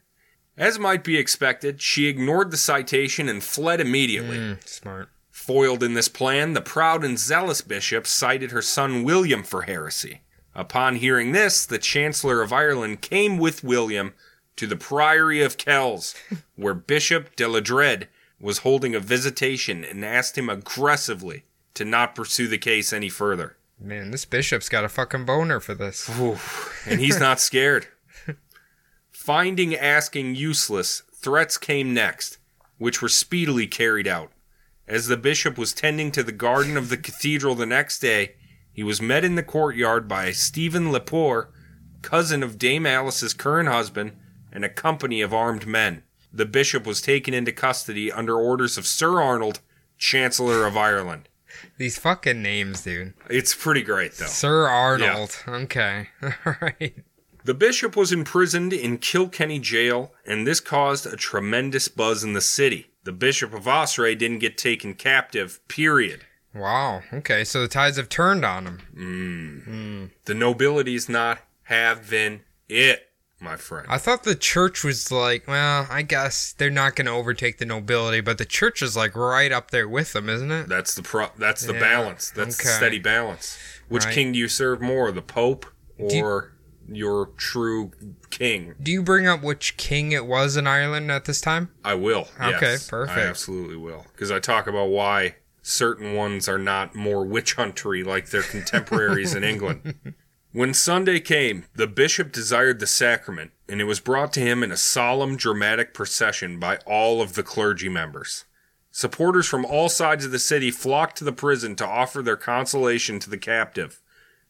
Speaker 2: As might be expected, she ignored the citation and fled immediately.
Speaker 1: Mm, smart.
Speaker 2: Foiled in this plan, the proud and zealous bishop cited her son William for heresy. Upon hearing this, the Chancellor of Ireland came with William to the Priory of Kells, where Bishop de la Dred was holding a visitation and asked him aggressively to not pursue the case any further.
Speaker 1: Man, this bishop's got a fucking boner for this.
Speaker 2: Oof, and he's not scared. Finding asking useless, threats came next, which were speedily carried out. As the bishop was tending to the garden of the cathedral the next day, he was met in the courtyard by Stephen Lepore, cousin of Dame Alice's current husband, and a company of armed men. The bishop was taken into custody under orders of Sir Arnold, Chancellor of Ireland.
Speaker 1: These fucking names, dude.
Speaker 2: It's pretty great, though.
Speaker 1: Sir Arnold. Okay. All right.
Speaker 2: The bishop was imprisoned in Kilkenny jail, and this caused a tremendous buzz in the city. The Bishop of Osray didn't get taken captive, period.
Speaker 1: Wow. Okay. So the tides have turned on him.
Speaker 2: The nobility's not having it, my friend.
Speaker 1: I thought the church was like, well, I guess they're not going to overtake the nobility, but the church is like right up there with them, isn't it?
Speaker 2: that's the pro- that's the
Speaker 1: Yeah,
Speaker 2: balance. That's the
Speaker 1: okay.
Speaker 2: steady balance. Which
Speaker 1: Right.
Speaker 2: king do you serve more, the pope
Speaker 1: Do you-
Speaker 2: or your true king?
Speaker 1: Do you bring up which king it was in Ireland at this time?
Speaker 2: I will.
Speaker 1: Okay,
Speaker 2: yes.
Speaker 1: perfect.
Speaker 2: I absolutely will. Because I talk about why certain ones are not more witch huntery like their contemporaries in England. When Sunday came, the bishop desired the sacrament, and it was brought to him in a solemn, dramatic procession by all of the clergy members. Supporters from all sides of the city flocked to the prison to offer their consolation to the captive,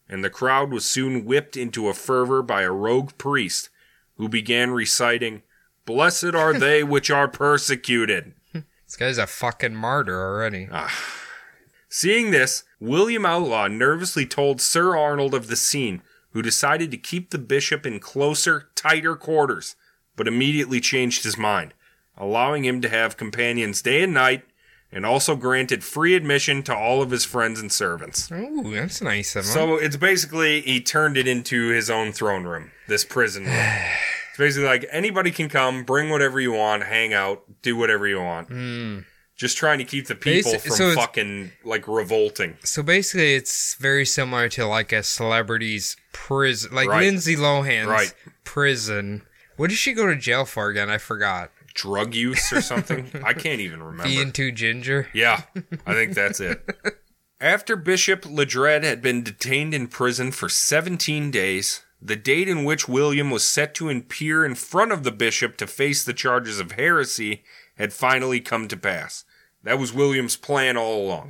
Speaker 2: and the crowd was soon whipped into a fervor by a rogue priest who began reciting, Blessed are they which are persecuted.
Speaker 1: This guy's a fucking martyr already.
Speaker 2: Ah. Seeing this, William Outlaw nervously told Sir Arnold of the scene, who decided to keep the bishop in closer, tighter quarters, but immediately changed his mind, allowing him to have companions day and night, and also granted free admission to all of his friends and servants.
Speaker 1: Ooh, that's nice of him.
Speaker 2: So it's basically he turned it into his own throne room, this prison room. It's basically like anybody can come, bring whatever you want, hang out, do whatever you want. Just trying to keep the people
Speaker 1: Hmm. Basi-
Speaker 2: from
Speaker 1: so it's-
Speaker 2: fucking like revolting.
Speaker 1: So basically, it's very similar to like a celebrity's prison, like
Speaker 2: Right.
Speaker 1: Lindsay Lohan's
Speaker 2: Right.
Speaker 1: prison. What did she go to jail for again? I forgot.
Speaker 2: Drug use or something? I can't even remember.
Speaker 1: Being too ginger.
Speaker 2: Yeah, I think that's it. After Bishop Ledred had been detained in prison for 17 days, the date in which William was set to appear in front of the bishop to face the charges of heresy had finally come to pass. That was William's plan all along.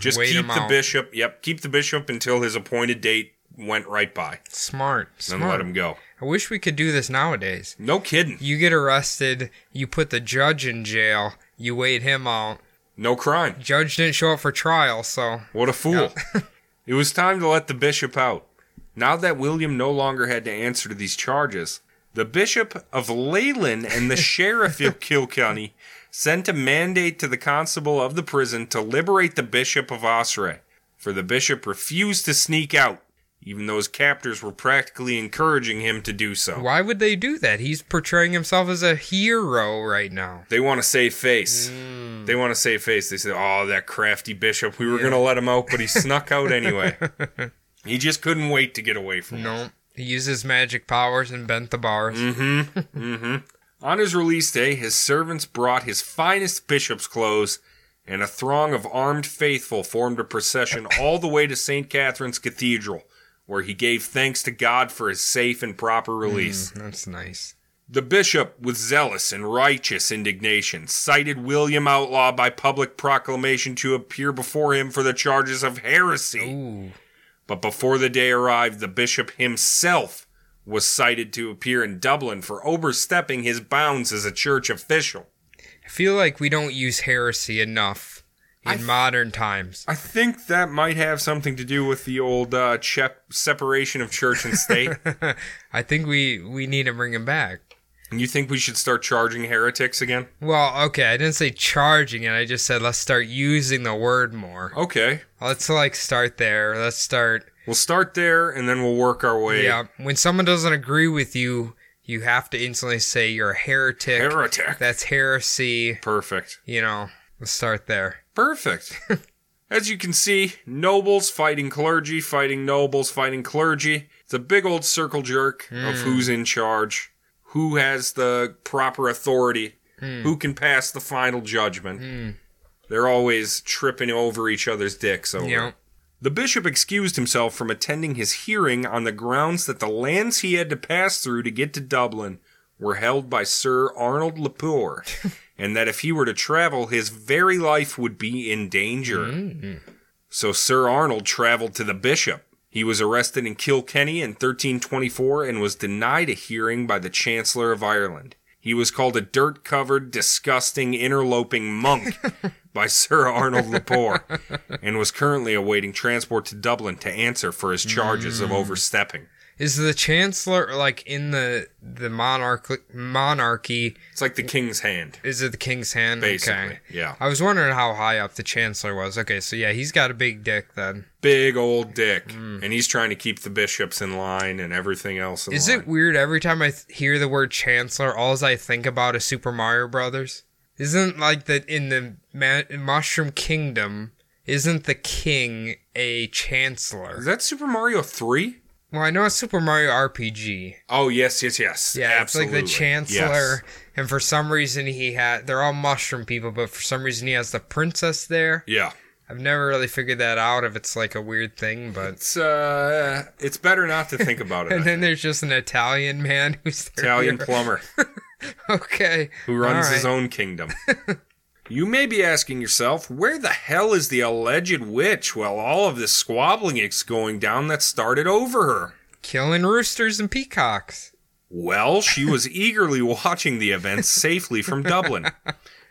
Speaker 2: Just
Speaker 1: Hmm, wait
Speaker 2: keep
Speaker 1: him
Speaker 2: the
Speaker 1: out.
Speaker 2: bishop, yep, keep the bishop until his appointed date went right by.
Speaker 1: Smart.
Speaker 2: Then
Speaker 1: Smart.
Speaker 2: let him go.
Speaker 1: I wish we could do this nowadays.
Speaker 2: No kidding.
Speaker 1: You get arrested, you put the judge in jail, you wait him out.
Speaker 2: No crime.
Speaker 1: Judge didn't show up for trial, so
Speaker 2: What a fool. it was time to let the bishop out. Now that William no longer had to answer to these charges, the Bishop of Leyland and the Sheriff of Kilkenny sent a mandate to the constable of the prison to liberate the Bishop of Osray, for the bishop refused to sneak out, even though his captors were practically encouraging him to do so.
Speaker 1: why would they do that? He's portraying himself as a hero right now.
Speaker 2: They want to save face. They want to save face. They say, "Oh, that crafty bishop. We were going to let him out, but he snuck out anyway. He just couldn't wait to get away from." us."
Speaker 1: No. He uses magic powers and bent the bars.
Speaker 2: On his release day, his servants brought his finest bishop's clothes, and a throng of armed faithful formed a procession all the way to St. Catherine's Cathedral, where he gave thanks to God for his safe and proper release.
Speaker 1: That's nice.
Speaker 2: The bishop, with zealous and righteous indignation, cited William Outlaw by public proclamation to appear before him for the charges of heresy.
Speaker 1: Ooh.
Speaker 2: But before the day arrived, the bishop himself was cited to appear in Dublin for overstepping his bounds as a church official.
Speaker 1: I feel like we don't use heresy enough in modern times.
Speaker 2: I think that might have something to do with the old uh, chep- separation of church and state.
Speaker 1: I think we we need to bring him back.
Speaker 2: you think we should start charging heretics again?
Speaker 1: Well, okay, I didn't say charging it. I just said let's start using the word more.
Speaker 2: Okay.
Speaker 1: Let's like start there. Let's start.
Speaker 2: We'll start there and then we'll work our way.
Speaker 1: Yeah, when someone doesn't agree with you, you have to instantly say you're a heretic.
Speaker 2: Heretic.
Speaker 1: That's heresy.
Speaker 2: Perfect.
Speaker 1: You know, let's start there.
Speaker 2: Perfect. As you can see, nobles fighting clergy, fighting nobles, fighting clergy. It's a big old circle jerk of who's in charge, who has the proper authority, who can pass the final
Speaker 1: Hmm.
Speaker 2: judgment. They're always tripping over each other's dicks. Over.
Speaker 1: You know,
Speaker 2: The bishop excused himself from attending his hearing on the grounds that the lands he had to pass through to get to Dublin were held by Sir Arnold Lepore, and that if he were to travel, his very life would be in danger.
Speaker 1: Mm-hmm.
Speaker 2: So Sir Arnold traveled to the bishop. He was arrested in Kilkenny in 1324 and was denied a hearing by the Chancellor of Ireland. He was called a dirt covered, disgusting, interloping monk by Sir Arnold Lepore and was currently awaiting transport to Dublin to answer for his charges
Speaker 1: Mm.
Speaker 2: of overstepping.
Speaker 1: is the chancellor like in the the monarch monarchy?
Speaker 2: It's like the king's hand,
Speaker 1: Is it the king's hand?
Speaker 2: basically.
Speaker 1: Okay.
Speaker 2: Yeah.
Speaker 1: I was wondering how high up the chancellor was. Okay, so yeah, he's got a big dick then.
Speaker 2: Big old dick.
Speaker 1: Mm.
Speaker 2: And he's trying to keep the bishops in line and everything else in
Speaker 1: Is
Speaker 2: line.
Speaker 1: it weird every time I th- hear the word chancellor, all I think about is Super Mario Brothers? Isn't like that in the Ma- Mushroom Kingdom? Isn't the king a chancellor?
Speaker 2: Is that Super Mario 3?
Speaker 1: Well, I know it's Super Mario RPG.
Speaker 2: Oh, yes, yes, yes.
Speaker 1: Yeah,
Speaker 2: Absolutely.
Speaker 1: it's like the
Speaker 2: Yes.
Speaker 1: chancellor, and for some reason he had. They're all mushroom people, but for some reason he has the princess there.
Speaker 2: Yeah.
Speaker 1: I've never really figured that out if it's like a weird thing, but.
Speaker 2: It's, uh, it's better not to think about
Speaker 1: And
Speaker 2: it.
Speaker 1: then there's just an Italian man who's their
Speaker 2: Italian
Speaker 1: hero.
Speaker 2: plumber.
Speaker 1: okay,
Speaker 2: who runs
Speaker 1: All
Speaker 2: his
Speaker 1: right.
Speaker 2: own kingdom. you may be asking yourself, where the hell is the alleged witch while all of this squabbling is going down that started over her?
Speaker 1: killing roosters and peacocks.
Speaker 2: Well, she was eagerly watching the events safely from Dublin.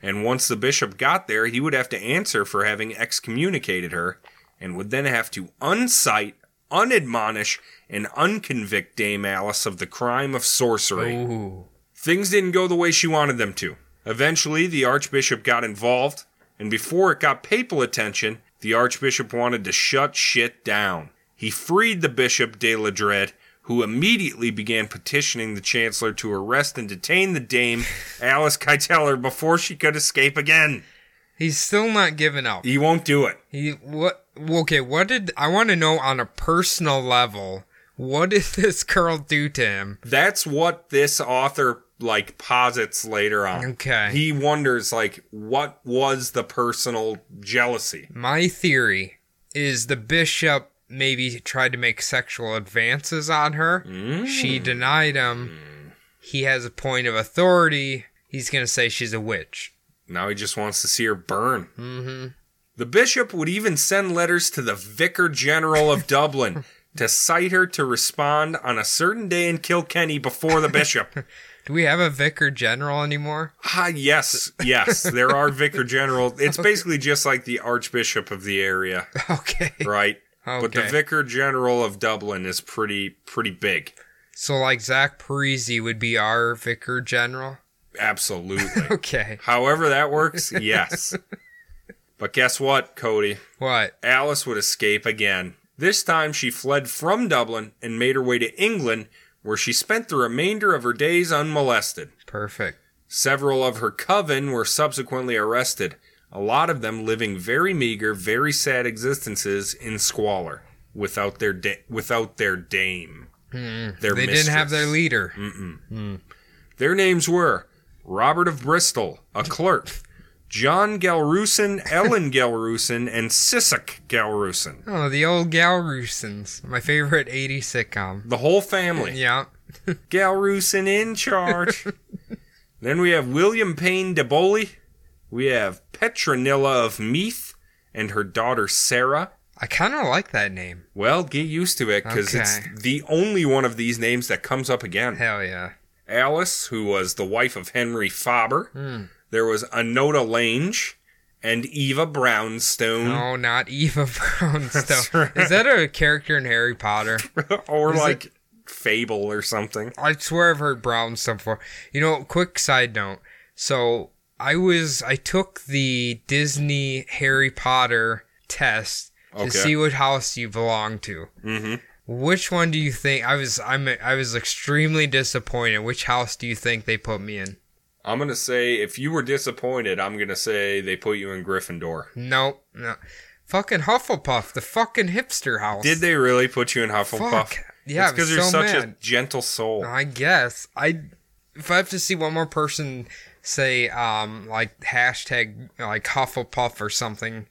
Speaker 2: And once the bishop got there, he would have to answer for having excommunicated her, and would then have to uncite, unadmonish, and unconvict Dame Alice of the crime of sorcery.
Speaker 1: Ooh.
Speaker 2: Things didn't go the way she wanted them to. Eventually, the Archbishop got involved, and before it got papal attention, the Archbishop wanted to shut shit down. He freed the Bishop de la Dred, who immediately began petitioning the Chancellor to arrest and detain the dame, Alice Keiteler, before she could escape again.
Speaker 1: He's still not giving up.
Speaker 2: He won't do it.
Speaker 1: He what? Okay, what did I want to know on a personal level? What did this girl do to him?
Speaker 2: That's what this author like posits later on.
Speaker 1: Okay.
Speaker 2: He wonders like what was the personal jealousy?
Speaker 1: My theory is the bishop maybe tried to make sexual advances on her.
Speaker 2: Mm.
Speaker 1: She denied him. He has a point of authority. He's gonna say she's a witch.
Speaker 2: Now he just wants to see her burn.
Speaker 1: Mm-hmm.
Speaker 2: The bishop would even send letters to the vicar general of Dublin to cite her to respond on a certain day in Kilkenny before the bishop.
Speaker 1: Do we have a vicar general anymore?
Speaker 2: ah, yes, yes, there are vicar general. It's basically just like the archbishop of the area,
Speaker 1: Okay.
Speaker 2: right? But the
Speaker 1: Okay.
Speaker 2: vicar general of Dublin is pretty pretty big.
Speaker 1: So like Zach Parisi would be our vicar general.
Speaker 2: Absolutely.
Speaker 1: Okay.
Speaker 2: However that works, yes. But guess what, Cody?
Speaker 1: What?
Speaker 2: Alice would escape again. This time she fled from Dublin and made her way to England, where she spent the remainder of her days unmolested.
Speaker 1: Perfect.
Speaker 2: Several of her coven were subsequently arrested, a lot of them living very meager, very sad existences in squalor, without their da- without their dame. Their
Speaker 1: Mm-hmm. They didn't have their
Speaker 2: mistress. Mm.
Speaker 1: leader.
Speaker 2: Their names were Robert of Bristol, a clerk, John Galrusin, Ellen Galrusin, and Sissak Galrusin.
Speaker 1: Oh, the old Galrusins. My favorite 80s sitcom.
Speaker 2: The whole family.
Speaker 1: Yeah.
Speaker 2: Galrusin in charge. then we have William Payne DeBoli. We have Petronilla of Meath and her daughter Sarah.
Speaker 1: I kind of like that name.
Speaker 2: Well, get used to it because
Speaker 1: Okay.
Speaker 2: it's the only one of these names that comes up again.
Speaker 1: Hell yeah.
Speaker 2: Alice, who was the wife of Henry Faber.
Speaker 1: Hmm.
Speaker 2: There was Anota Lange and Eva Brownstone.
Speaker 1: No, not Eva
Speaker 2: Mm. That's
Speaker 1: Brownstone.
Speaker 2: right.
Speaker 1: Is that a character in Harry Potter?
Speaker 2: or
Speaker 1: Oh. Is
Speaker 2: like Fable or something.
Speaker 1: I swear I've heard Brownstone before. You know, quick side note. So I was, I took the Disney Harry Potter test to
Speaker 2: Okay.
Speaker 1: see what house you belong to.
Speaker 2: Mm-hmm.
Speaker 1: Which one do you think I was? I'm I was extremely disappointed. Which house do you think they put me in?
Speaker 2: I'm gonna say if you were disappointed, I'm gonna say they put you in Gryffindor.
Speaker 1: Nope, no. Fucking Hufflepuff, the fucking hipster house.
Speaker 2: Did they really put you in Hufflepuff?
Speaker 1: Fuck. Yeah,
Speaker 2: it's because
Speaker 1: I
Speaker 2: you're
Speaker 1: was so
Speaker 2: such
Speaker 1: mad. Oh.
Speaker 2: a gentle soul.
Speaker 1: I guess I. If I have to see one more person say um like hashtag like Hufflepuff or something,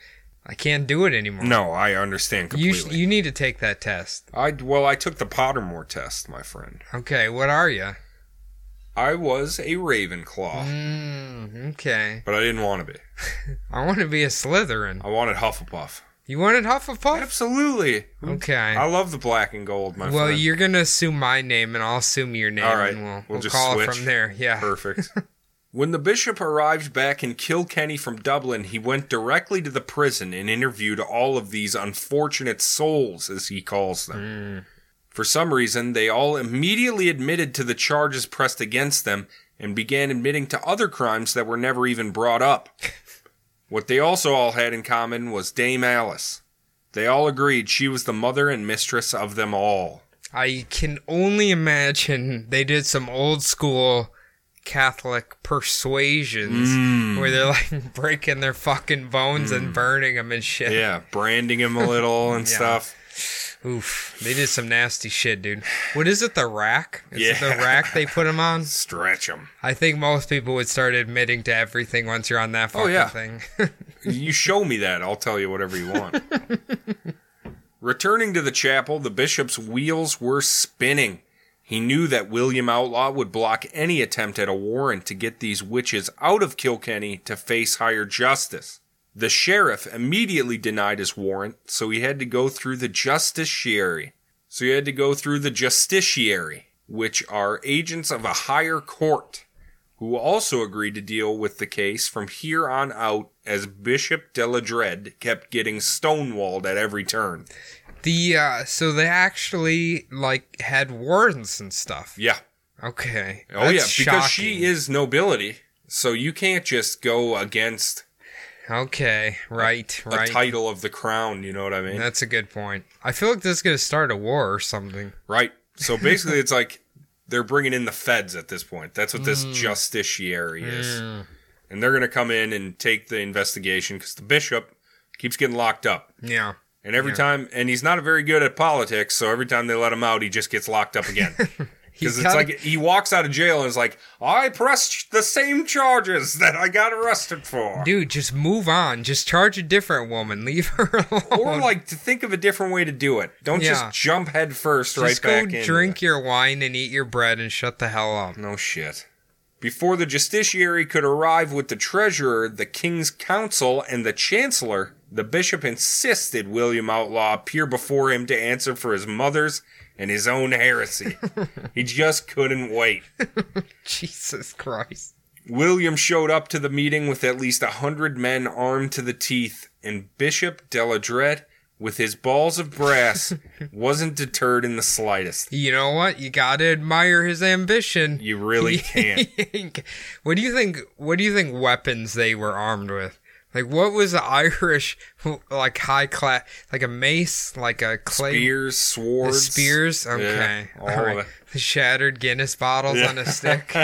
Speaker 1: I can't do it anymore.
Speaker 2: No, I understand
Speaker 1: you
Speaker 2: completely.
Speaker 1: sh- you need to take that test.
Speaker 2: I well, I took the Pottermore test, my friend.
Speaker 1: Okay, what are you?
Speaker 2: I was a Ravenclaw,
Speaker 1: Mm, okay,
Speaker 2: but I didn't want to be.
Speaker 1: I want to be a Slytherin.
Speaker 2: I wanted Hufflepuff.
Speaker 1: You wanted Hufflepuff?
Speaker 2: Absolutely.
Speaker 1: Okay.
Speaker 2: I love the black and gold, my
Speaker 1: Well,
Speaker 2: friend.
Speaker 1: you're gonna assume my name, and I'll assume your name,
Speaker 2: All right,
Speaker 1: and we'll,
Speaker 2: we'll
Speaker 1: we'll,
Speaker 2: just
Speaker 1: call it
Speaker 2: switch.
Speaker 1: from there. Yeah.
Speaker 2: Perfect. when the bishop arrived back in Kilkenny from Dublin, he went directly to the prison and interviewed all of these unfortunate souls, as he calls them. For some reason, they all immediately admitted to the charges pressed against them and began admitting to other crimes that were never even brought up. what they also all had in common was Dame Alice. They all agreed she was the mother and mistress of them all.
Speaker 1: I can only imagine they did some old school Catholic persuasions
Speaker 2: Mm.
Speaker 1: where they're like breaking their fucking bones and burning them and shit.
Speaker 2: Yeah, branding him a little and
Speaker 1: Yeah.
Speaker 2: stuff.
Speaker 1: Oof, they did some nasty shit, dude. What is it? The rack? Is it the
Speaker 2: Yeah.
Speaker 1: rack they put them on?
Speaker 2: Stretch him.
Speaker 1: I think most people would start admitting to everything once you're on that
Speaker 2: Oh,
Speaker 1: fucking
Speaker 2: yeah.
Speaker 1: thing.
Speaker 2: you show me that, I'll tell you whatever you want. Returning to the chapel, the bishop's wheels were spinning. He knew that William Outlaw would block any attempt at a warrant to get these witches out of Kilkenny to face higher justice. The sheriff immediately denied his warrant, so he had to go through the justiciary. So he had to go through the justiciary, which are agents of a higher court who also agreed to deal with the case from here on out as Bishop Deladred kept getting stonewalled at every turn.
Speaker 1: the uh, so they actually like had wardens and stuff.
Speaker 2: Yeah.
Speaker 1: Okay.
Speaker 2: Oh yeah, because she is nobility, so you can't just go against
Speaker 1: Okay, right,
Speaker 2: a
Speaker 1: right.
Speaker 2: title of the crown, you know what I mean?
Speaker 1: That's a good point. I feel like this is gonna start a war or something.
Speaker 2: right. So basically it's like they're bringing in the feds at this point. That's what this justiciary is. And they're going to come in and take the investigation cuz the bishop keeps getting locked up.
Speaker 1: Yeah.
Speaker 2: And every time, and he's not very good at politics, so every time they let him out, he just gets locked up again. Because it's
Speaker 1: kinda-
Speaker 2: like he walks out of jail and is like, I pressed the same charges that I got arrested for.
Speaker 1: Dude, just move on. Just charge a different woman. Leave her alone.
Speaker 2: Or like to think of a different way to do it. Don't
Speaker 1: Yeah.
Speaker 2: just jump head first
Speaker 1: just
Speaker 2: right
Speaker 1: go
Speaker 2: back in.
Speaker 1: drink your wine and eat your bread and shut the hell up.
Speaker 2: No shit. Before the justiciary could arrive with the treasurer, the king's council, and the chancellor, the bishop insisted William Outlaw appear before him to answer for his mother's and his own heresy. he just couldn't wait.
Speaker 1: Jesus Christ.
Speaker 2: William showed up to the meeting with at least a hundred men armed to the teeth, and Bishop Deladret, with his balls of brass, wasn't deterred in the slightest.
Speaker 1: You know what? You gotta admire his ambition.
Speaker 2: You really can't.
Speaker 1: what do you think what do you think weapons they were armed with? Like what was the Irish like high class like a mace, like a clay
Speaker 2: Spears,
Speaker 1: The
Speaker 2: swords, eh,
Speaker 1: spears. Okay.
Speaker 2: all
Speaker 1: All right.
Speaker 2: of it.
Speaker 1: The shattered Guinness bottles on a stick.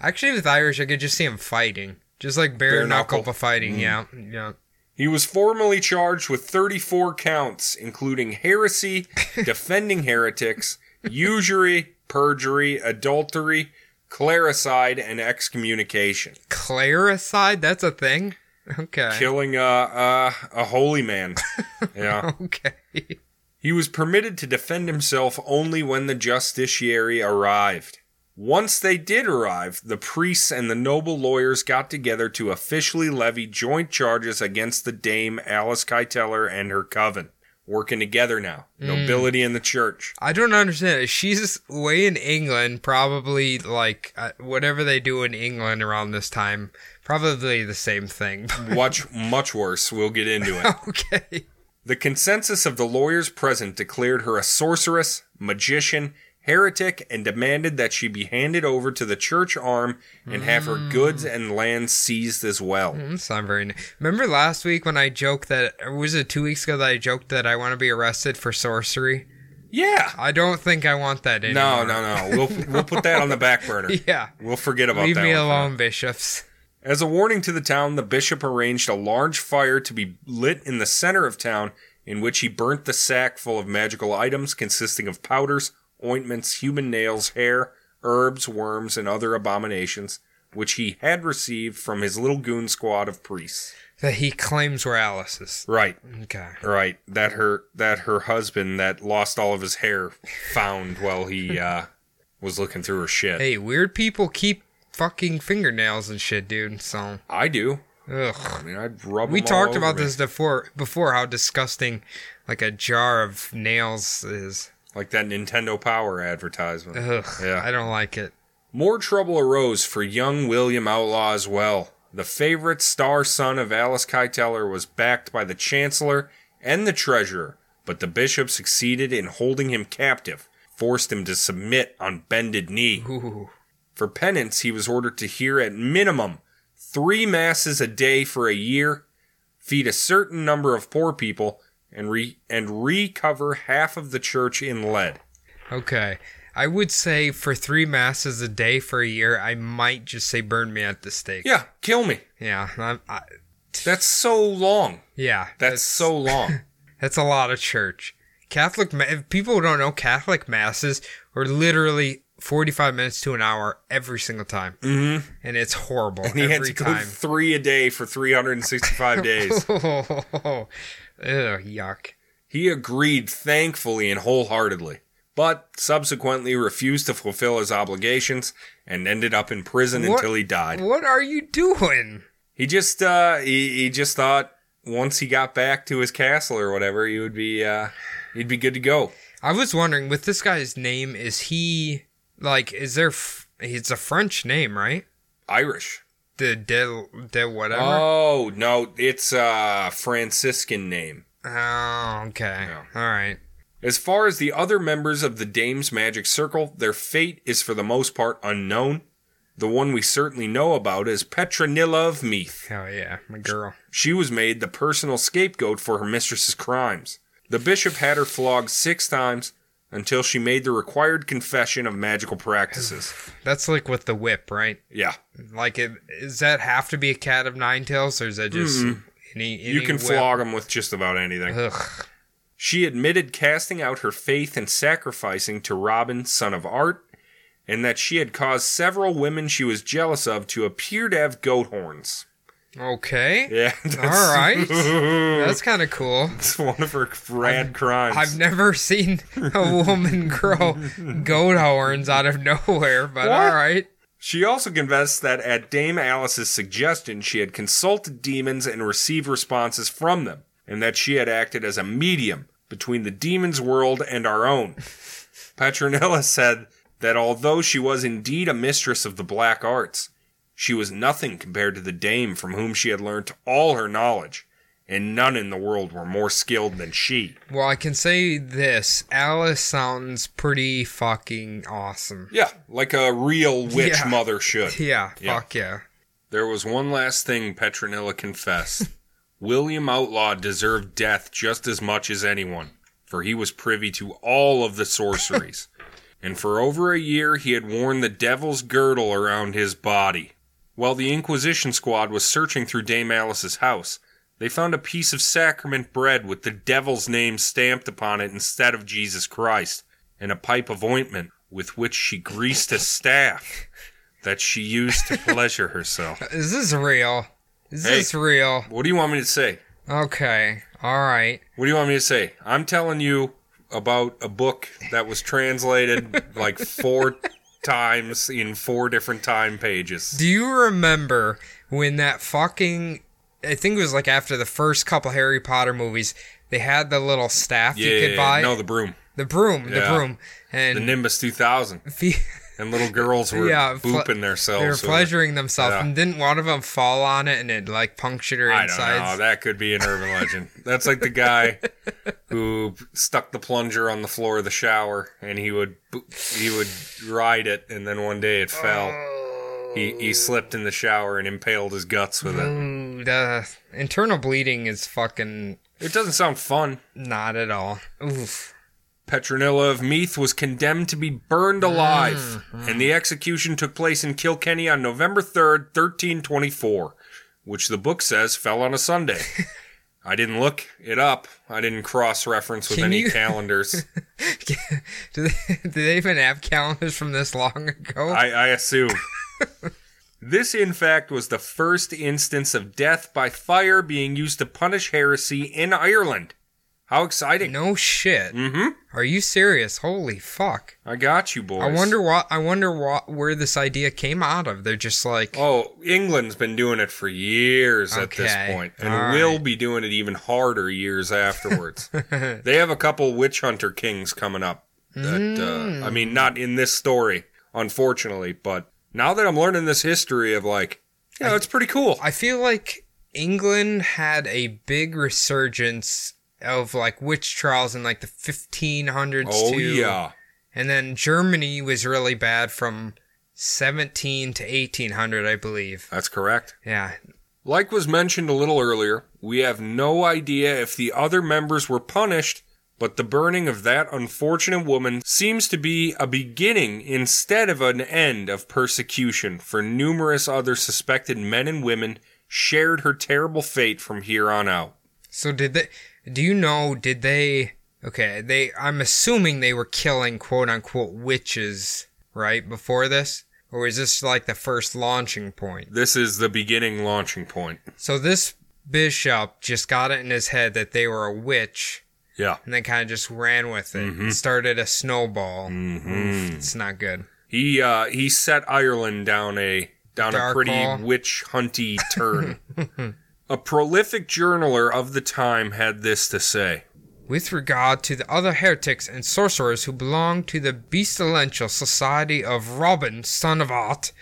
Speaker 1: Actually, with Irish, I could just see them fighting, just like bare,
Speaker 2: Bare
Speaker 1: knuckle,
Speaker 2: knuckle. Mm.
Speaker 1: fighting. Yeah, yeah.
Speaker 2: He was formally charged with 34 counts, including heresy, defending heretics, usury, perjury, adultery, clericide, and excommunication.
Speaker 1: Claricide. That's a thing. Okay.
Speaker 2: Killing a, a, a holy man. Yeah.
Speaker 1: okay.
Speaker 2: He was permitted to defend himself only when the justiciary arrived. Once they did arrive, the priests and the noble lawyers got together to officially levy joint charges against the dame Alice Keiteler and her coven. Working together now, nobility and the church.
Speaker 1: I don't understand. She's way in England, probably like uh, whatever they do in England around this time. Probably the same thing.
Speaker 2: Much, much worse. We'll get into it.
Speaker 1: okay.
Speaker 2: The consensus of the lawyers present declared her a sorceress, magician, heretic and demanded that she be handed over to the church arm and have her goods and lands seized as well.
Speaker 1: That's not very. Ni- Remember last week when I joked that or was it two weeks ago that I joked that I want to be arrested for sorcery?
Speaker 2: Yeah.
Speaker 1: I don't think I want that
Speaker 2: No,
Speaker 1: anymore.
Speaker 2: no, no. We'll we'll put that on the back burner.
Speaker 1: Yeah.
Speaker 2: We'll forget about
Speaker 1: Leave
Speaker 2: that.
Speaker 1: me
Speaker 2: one.
Speaker 1: alone, bishops.
Speaker 2: As a warning to the town, the bishop arranged a large fire to be lit in the center of town, in which he burnt the sack full of magical items consisting of powders, ointments, human nails, hair, herbs, worms, and other abominations, which he had received from his little goon squad of priests.
Speaker 1: That he claims were Alice's.
Speaker 2: Right,
Speaker 1: Okay.
Speaker 2: right. That her that her husband that lost all of his hair found while he uh, was looking through her shit.
Speaker 1: Hey, weird people keep fucking fingernails and shit, dude. So,
Speaker 2: I do. I
Speaker 1: ugh.
Speaker 2: mean, I'd rub.
Speaker 1: We
Speaker 2: 'em all
Speaker 1: talked
Speaker 2: over
Speaker 1: about
Speaker 2: me.
Speaker 1: this before. Before how disgusting, like a jar of nails is.
Speaker 2: like that Nintendo Power advertisement.
Speaker 1: Ugh.
Speaker 2: Yeah.
Speaker 1: I don't like it.
Speaker 2: More trouble arose for young William Outlaw as well. The favorite star son of Alice Keiteler was backed by the Chancellor and the Treasurer, but the Bishop succeeded in holding him captive, forced him to submit on bended knee.
Speaker 1: Ooh.
Speaker 2: For penance, he was ordered to hear at minimum three masses a day for a year, feed a certain number of poor people, and, re- and recover half of the church in lead.
Speaker 1: Okay. I would say for three masses a day for a year, I might just say burn me at the stake.
Speaker 2: Yeah, kill me.
Speaker 1: Yeah. I'm, I,
Speaker 2: That's so long.
Speaker 1: yeah.
Speaker 2: That's so long.
Speaker 1: That's a lot of church. Catholic ma- if people don't know Catholic masses are literally 45 minutes to an hour every single time. Mm-hmm. And it's horrible
Speaker 2: He had
Speaker 1: every
Speaker 2: to go
Speaker 1: time.
Speaker 2: three a day for 365 days.
Speaker 1: Ugh, yuck.
Speaker 2: He agreed thankfully and wholeheartedly, but subsequently refused to fulfill his obligations and ended up in prison
Speaker 1: What-
Speaker 2: until he died.
Speaker 1: What are you doing?
Speaker 2: He just uh he, he just thought once he got back to his castle or whatever, he would be uh he'd be good to go.
Speaker 1: I was wondering with this guy's name is he like is there f- it's a French name, right?
Speaker 2: Irish.
Speaker 1: The de de whatever.
Speaker 2: Oh, no, it's uh Franciscan name.
Speaker 1: oh, okay.
Speaker 2: Yeah.
Speaker 1: All right.
Speaker 2: As far as the other members of the Dame's Magic Circle, their fate is for the most part unknown. The one we certainly know about is Petronilla of Meath.
Speaker 1: Oh yeah, my girl.
Speaker 2: She was made the personal scapegoat for her mistress's crimes. The bishop had her flogged six times until she made the required confession of magical practices.
Speaker 1: That's like with the whip, right?
Speaker 2: Yeah,
Speaker 1: Like, it, does that have to be a cat of nine tails, or is that just any, any?
Speaker 2: you can
Speaker 1: whip?
Speaker 2: flog him with just about anything.
Speaker 1: Ugh.
Speaker 2: She admitted casting out her faith and sacrificing to Robin, son of Art, and that she had caused several women she was jealous of to appear to have goat horns.
Speaker 1: Okay,
Speaker 2: Yeah, that's,
Speaker 1: all right. That's kind of cool.
Speaker 2: that's one of her rad crimes.
Speaker 1: I've never seen a woman grow goat horns out of nowhere, but
Speaker 2: What?
Speaker 1: all right.
Speaker 2: she also confessed that at Dame Alice's suggestion, she had consulted demons and received responses from them, and that she had acted as a medium between the demon's world and our own. Petronella said that although she was indeed a mistress of the black arts, she was nothing compared to the dame from whom she had learnt all her knowledge, and none in the world were more skilled than she.
Speaker 1: Well, I can say this: Alice sounds pretty fucking awesome.
Speaker 2: Yeah, like a real witch
Speaker 1: Yeah.
Speaker 2: mother should.
Speaker 1: Yeah,
Speaker 2: Yeah.
Speaker 1: fuck yeah.
Speaker 2: There was one last thing Petronilla confessed. William Outlaw deserved death just as much as anyone, for he was privy to all of the sorceries. and for over a year he had worn the devil's girdle around his body. While the Inquisition squad was searching through Dame Alice's house, they found a piece of sacrament bread with the devil's name stamped upon it instead of Jesus Christ, and a pipe of ointment with which she greased a staff that she used to pleasure herself.
Speaker 1: Is this real? Is
Speaker 2: Hey.
Speaker 1: this real?
Speaker 2: What do you want me to say?
Speaker 1: Okay, all right.
Speaker 2: What do you want me to say? I'm telling you about a book that was translated like four times in four different time pages.
Speaker 1: Do you remember when that fucking I think it was like after the first couple Harry Potter movies, they had the little staff you could buy.
Speaker 2: no, the broom,
Speaker 1: the broom,
Speaker 2: Yeah.
Speaker 1: the broom.
Speaker 2: the
Speaker 1: And
Speaker 2: Nimbus 2000.
Speaker 1: fe-
Speaker 2: and little girls were
Speaker 1: Yeah,
Speaker 2: booping
Speaker 1: ple-
Speaker 2: themselves.
Speaker 1: They were
Speaker 2: with it.
Speaker 1: pleasuring themselves,
Speaker 2: Yeah.
Speaker 1: and didn't one of them fall on it and it like punctured her
Speaker 2: I don't know.
Speaker 1: insides?
Speaker 2: That could be an urban legend. That's like the guy who stuck the plunger on the floor of the shower, and he would boop- he would ride it, and then one day it fell.
Speaker 1: Oh.
Speaker 2: He he slipped in the shower and impaled his guts with it.
Speaker 1: Ooh, the internal bleeding is fucking
Speaker 2: It doesn't sound fun.
Speaker 1: not at all. Oof.
Speaker 2: Petronilla of Meath was condemned to be burned alive,
Speaker 1: Mm-hmm.
Speaker 2: and the execution took place in Kilkenny on November 3rd, 1324, which the book says fell on a Sunday. I didn't look it up. I didn't cross reference with
Speaker 1: Can
Speaker 2: any
Speaker 1: you-
Speaker 2: calendars.
Speaker 1: do, they, do they even have calendars from this long ago?
Speaker 2: I, I assume. this, in fact, was the first instance of death by fire being used to punish heresy in Ireland. How exciting!
Speaker 1: no shit.
Speaker 2: hmm
Speaker 1: Are you serious? Holy fuck!
Speaker 2: I got you, boys.
Speaker 1: I wonder what. I wonder what where this idea came out of. They're just like,
Speaker 2: Oh, England's been doing it for years at this
Speaker 1: Okay.
Speaker 2: point, and
Speaker 1: All
Speaker 2: will be doing it even harder years afterwards. they have a couple witch hunter kings coming up. That uh, I mean, not in this story, unfortunately, but now that I'm learning this history of like, you know, it's pretty cool.
Speaker 1: I feel like England had a big resurgence of like witch trials in like the 1500s
Speaker 2: oh
Speaker 1: to
Speaker 2: yeah,
Speaker 1: and then Germany was really bad from 17 to 1800 I believe.
Speaker 2: that's correct.
Speaker 1: Yeah.
Speaker 2: Like was mentioned a little earlier, we have no idea if the other members were punished, but the burning of that unfortunate woman seems to be a beginning instead of an end of persecution for numerous other suspected men and women shared her terrible fate from here on out.
Speaker 1: So did they do you know did they okay, they I'm assuming they were killing quote unquote witches right before this or is this like the first launching point?
Speaker 2: This is the beginning launching point.
Speaker 1: So this bishop just got it in his head that they were a witch
Speaker 2: Yeah.
Speaker 1: and then kind of just ran with it. and Started a snowball.
Speaker 2: Mm-hmm.
Speaker 1: Oof, it's not good.
Speaker 2: He uh he set Ireland down a down a
Speaker 1: Dark
Speaker 2: pretty
Speaker 1: hole.
Speaker 2: witch hunty turn. a prolific journaler of the time had this to say.
Speaker 1: With regard to the other heretics and sorcerers who belong to the pestilential society of Robin, son of Art,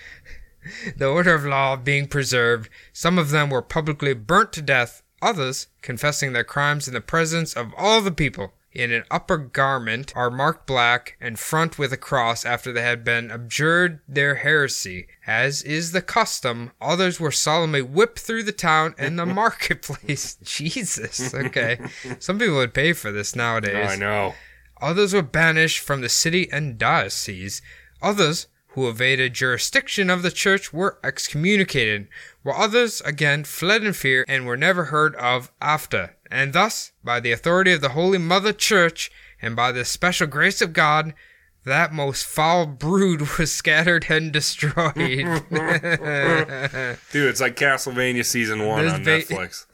Speaker 1: the order of law being preserved, some of them were publicly burnt to death, others confessing their crimes in the presence of all the people. In an upper garment are marked black and front with a cross after they had been abjured their heresy. As is the custom, others were solemnly whipped through the town and the marketplace. Jesus, okay. Some people would pay for this nowadays.
Speaker 2: I know.
Speaker 1: Others were banished from the city and diocese. Others, who evaded jurisdiction of the church, were excommunicated, while others again fled in fear and were never heard of after. And thus, by the authority of the Holy Mother Church, and by the special grace of God, that most foul brood was scattered and destroyed.
Speaker 2: Dude, it's like Castlevania season one
Speaker 1: There's
Speaker 2: on
Speaker 1: ba-
Speaker 2: Netflix.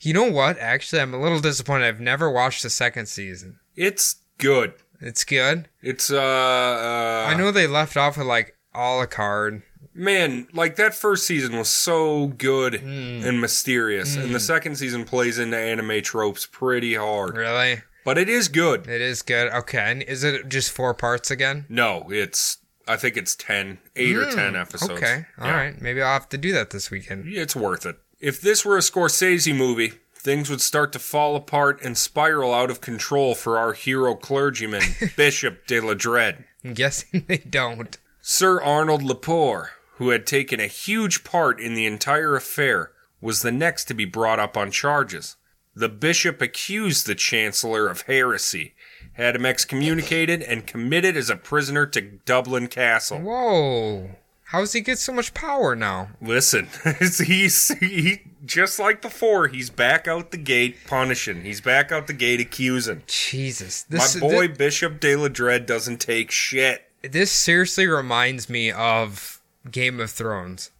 Speaker 1: you know what? Actually, I'm a little disappointed. I've never watched the second season.
Speaker 2: It's good.
Speaker 1: It's good.
Speaker 2: It's uh, uh
Speaker 1: I know they left off with like a la carte.
Speaker 2: man, like that first season was so good
Speaker 1: Mm.
Speaker 2: and mysterious, and the second season plays into anime tropes pretty hard.
Speaker 1: Really?
Speaker 2: But it is good.
Speaker 1: It is good. Okay. And is it just four parts again?
Speaker 2: No, it's I think it's 10, 8 or ten episodes.
Speaker 1: Mm, Okay. all right.
Speaker 2: Yeah.
Speaker 1: Maybe I'll have to do that this weekend.
Speaker 2: It's worth it. If this were a Scorsese movie, things would start to fall apart and spiral out of control for our hero clergyman, Bishop de la Dredd.
Speaker 1: I'm guessing they don't.
Speaker 2: Sir Arnold Lepore, who had taken a huge part in the entire affair, was the next to be brought up on charges. The bishop accused the chancellor of heresy, had him excommunicated, and committed as a prisoner to Dublin Castle.
Speaker 1: Whoa. How does he get so much power now?
Speaker 2: Listen, he's he, just like before. He's back out the gate punishing. He's back out the gate accusing.
Speaker 1: Jesus.
Speaker 2: My
Speaker 1: This,
Speaker 2: boy
Speaker 1: thi-
Speaker 2: Bishop De La Dredd doesn't take shit.
Speaker 1: This, seriously reminds me of Game of Thrones.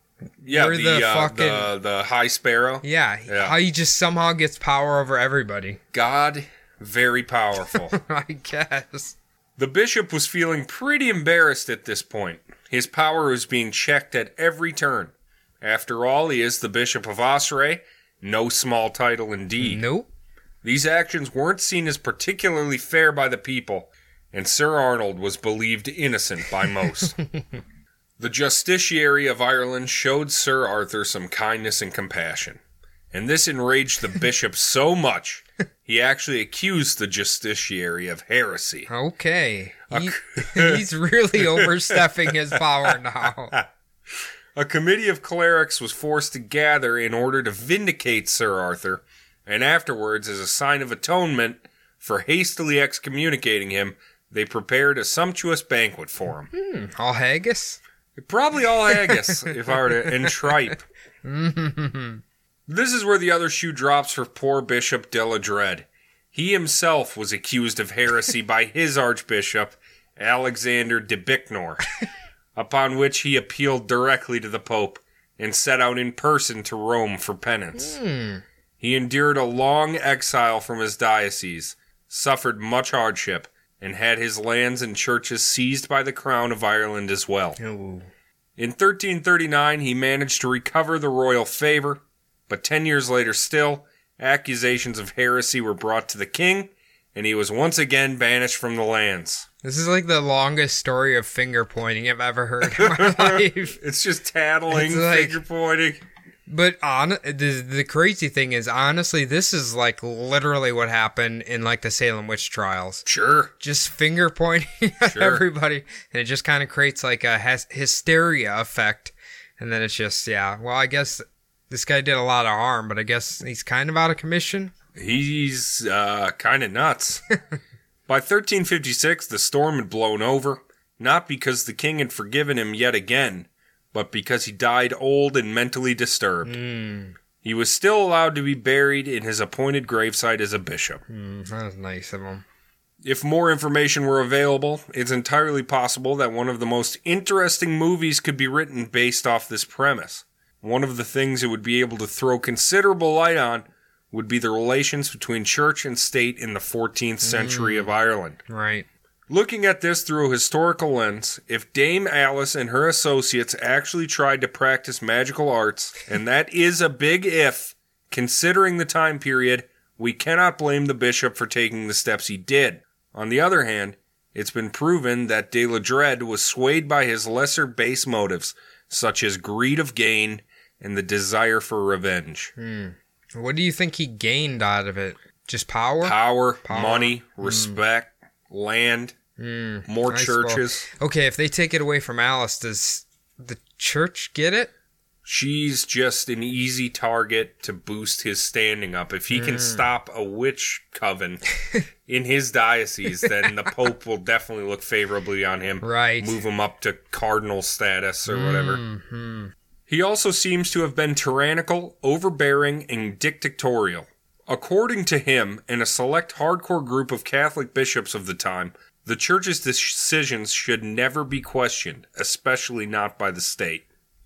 Speaker 2: Yeah,
Speaker 1: We're
Speaker 2: the,
Speaker 1: the
Speaker 2: uh,
Speaker 1: fucking-
Speaker 2: the the High Sparrow.
Speaker 1: Yeah.
Speaker 2: Yeah.
Speaker 1: How he just somehow gets power over everybody.
Speaker 2: God, very powerful.
Speaker 1: I guess.
Speaker 2: the bishop was feeling pretty embarrassed at this point. His power was being checked at every turn. After all, he is the Bishop of Osray, no small title indeed.
Speaker 1: Nope.
Speaker 2: These actions weren't seen as particularly fair by the people, and Sir Arnold was believed innocent by most. the justiciary of Ireland showed Sir Arthur some kindness and compassion, and this enraged the bishop so much he actually accused the justiciary of heresy.
Speaker 1: Okay. He- he's really overstepping his power now.
Speaker 2: A committee of clerics was forced to gather in order to vindicate Sir Arthur, and afterwards, as a sign of atonement for hastily excommunicating him, they prepared a sumptuous banquet for him.
Speaker 1: All haggis?
Speaker 2: Probably all haggis, if I were to, and tripe.
Speaker 1: Hmm.
Speaker 2: this is where the other shoe drops for poor Bishop Deladred. He himself was accused of heresy by his archbishop, Alexander de Bicknor, upon which he appealed directly to the Pope and set out in person to Rome for
Speaker 1: Mm.
Speaker 2: penance. He endured a long exile from his diocese, suffered much hardship, and had his lands and churches seized by the Crown of Ireland as well.
Speaker 1: Ooh.
Speaker 2: In 1339, he managed to recover the royal favor, but ten years later, still, accusations of heresy were brought to the king, and he was once again banished from the lands.
Speaker 1: This is like the longest story of finger pointing I've ever heard in my life.
Speaker 2: It's just tattling,
Speaker 1: It's like-
Speaker 2: finger pointing.
Speaker 1: But on the, the crazy thing is, honestly, this is like literally what happened in like the Salem witch trials.
Speaker 2: Sure.
Speaker 1: Just finger pointing at
Speaker 2: Sure.
Speaker 1: everybody, and it just kind of creates like a hys- hysteria effect. And then it's just, yeah. Well, I guess this guy did a lot of harm, but I guess he's kind of out of commission.
Speaker 2: He's uh, kind of nuts. By 1356, the storm had blown over, not because the king had forgiven him yet again, but because he died old and mentally disturbed.
Speaker 1: Hmm,
Speaker 2: He was still allowed to be buried in his appointed gravesite as a bishop.
Speaker 1: Mm, that was nice of him.
Speaker 2: If more information were available, it's entirely possible that one of the most interesting movies could be written based off this premise. One of the things it would be able to throw considerable light on would be the relations between church and state in the 14th century of Ireland.
Speaker 1: Right.
Speaker 2: Looking at this through a historical lens, if Dame Alice and her associates actually tried to practice magical arts, and that is a big if, considering the time period, we cannot blame the bishop for taking the steps he did. On the other hand, it's been proven that De La Dred was swayed by his lesser base motives, such as greed of gain and the desire for revenge.
Speaker 1: hmm. What do you think he gained out of it? Just power? Hmm.
Speaker 2: Power, money, respect, land, more
Speaker 1: nice
Speaker 2: churches.
Speaker 1: Okay, if they take it away from Alice, does the church get it?
Speaker 2: she's just an easy target to boost his standing up. If he can stop a witch coven in his diocese, then the Pope will definitely look favorably on him.
Speaker 1: Right.
Speaker 2: Move him up to cardinal status or whatever.
Speaker 1: Mm-hmm.
Speaker 2: He also seems to have been tyrannical, overbearing, and dictatorial. According to him and a select hardcore group of Catholic bishops of the time, the church's decisions should never be questioned, especially not by the state.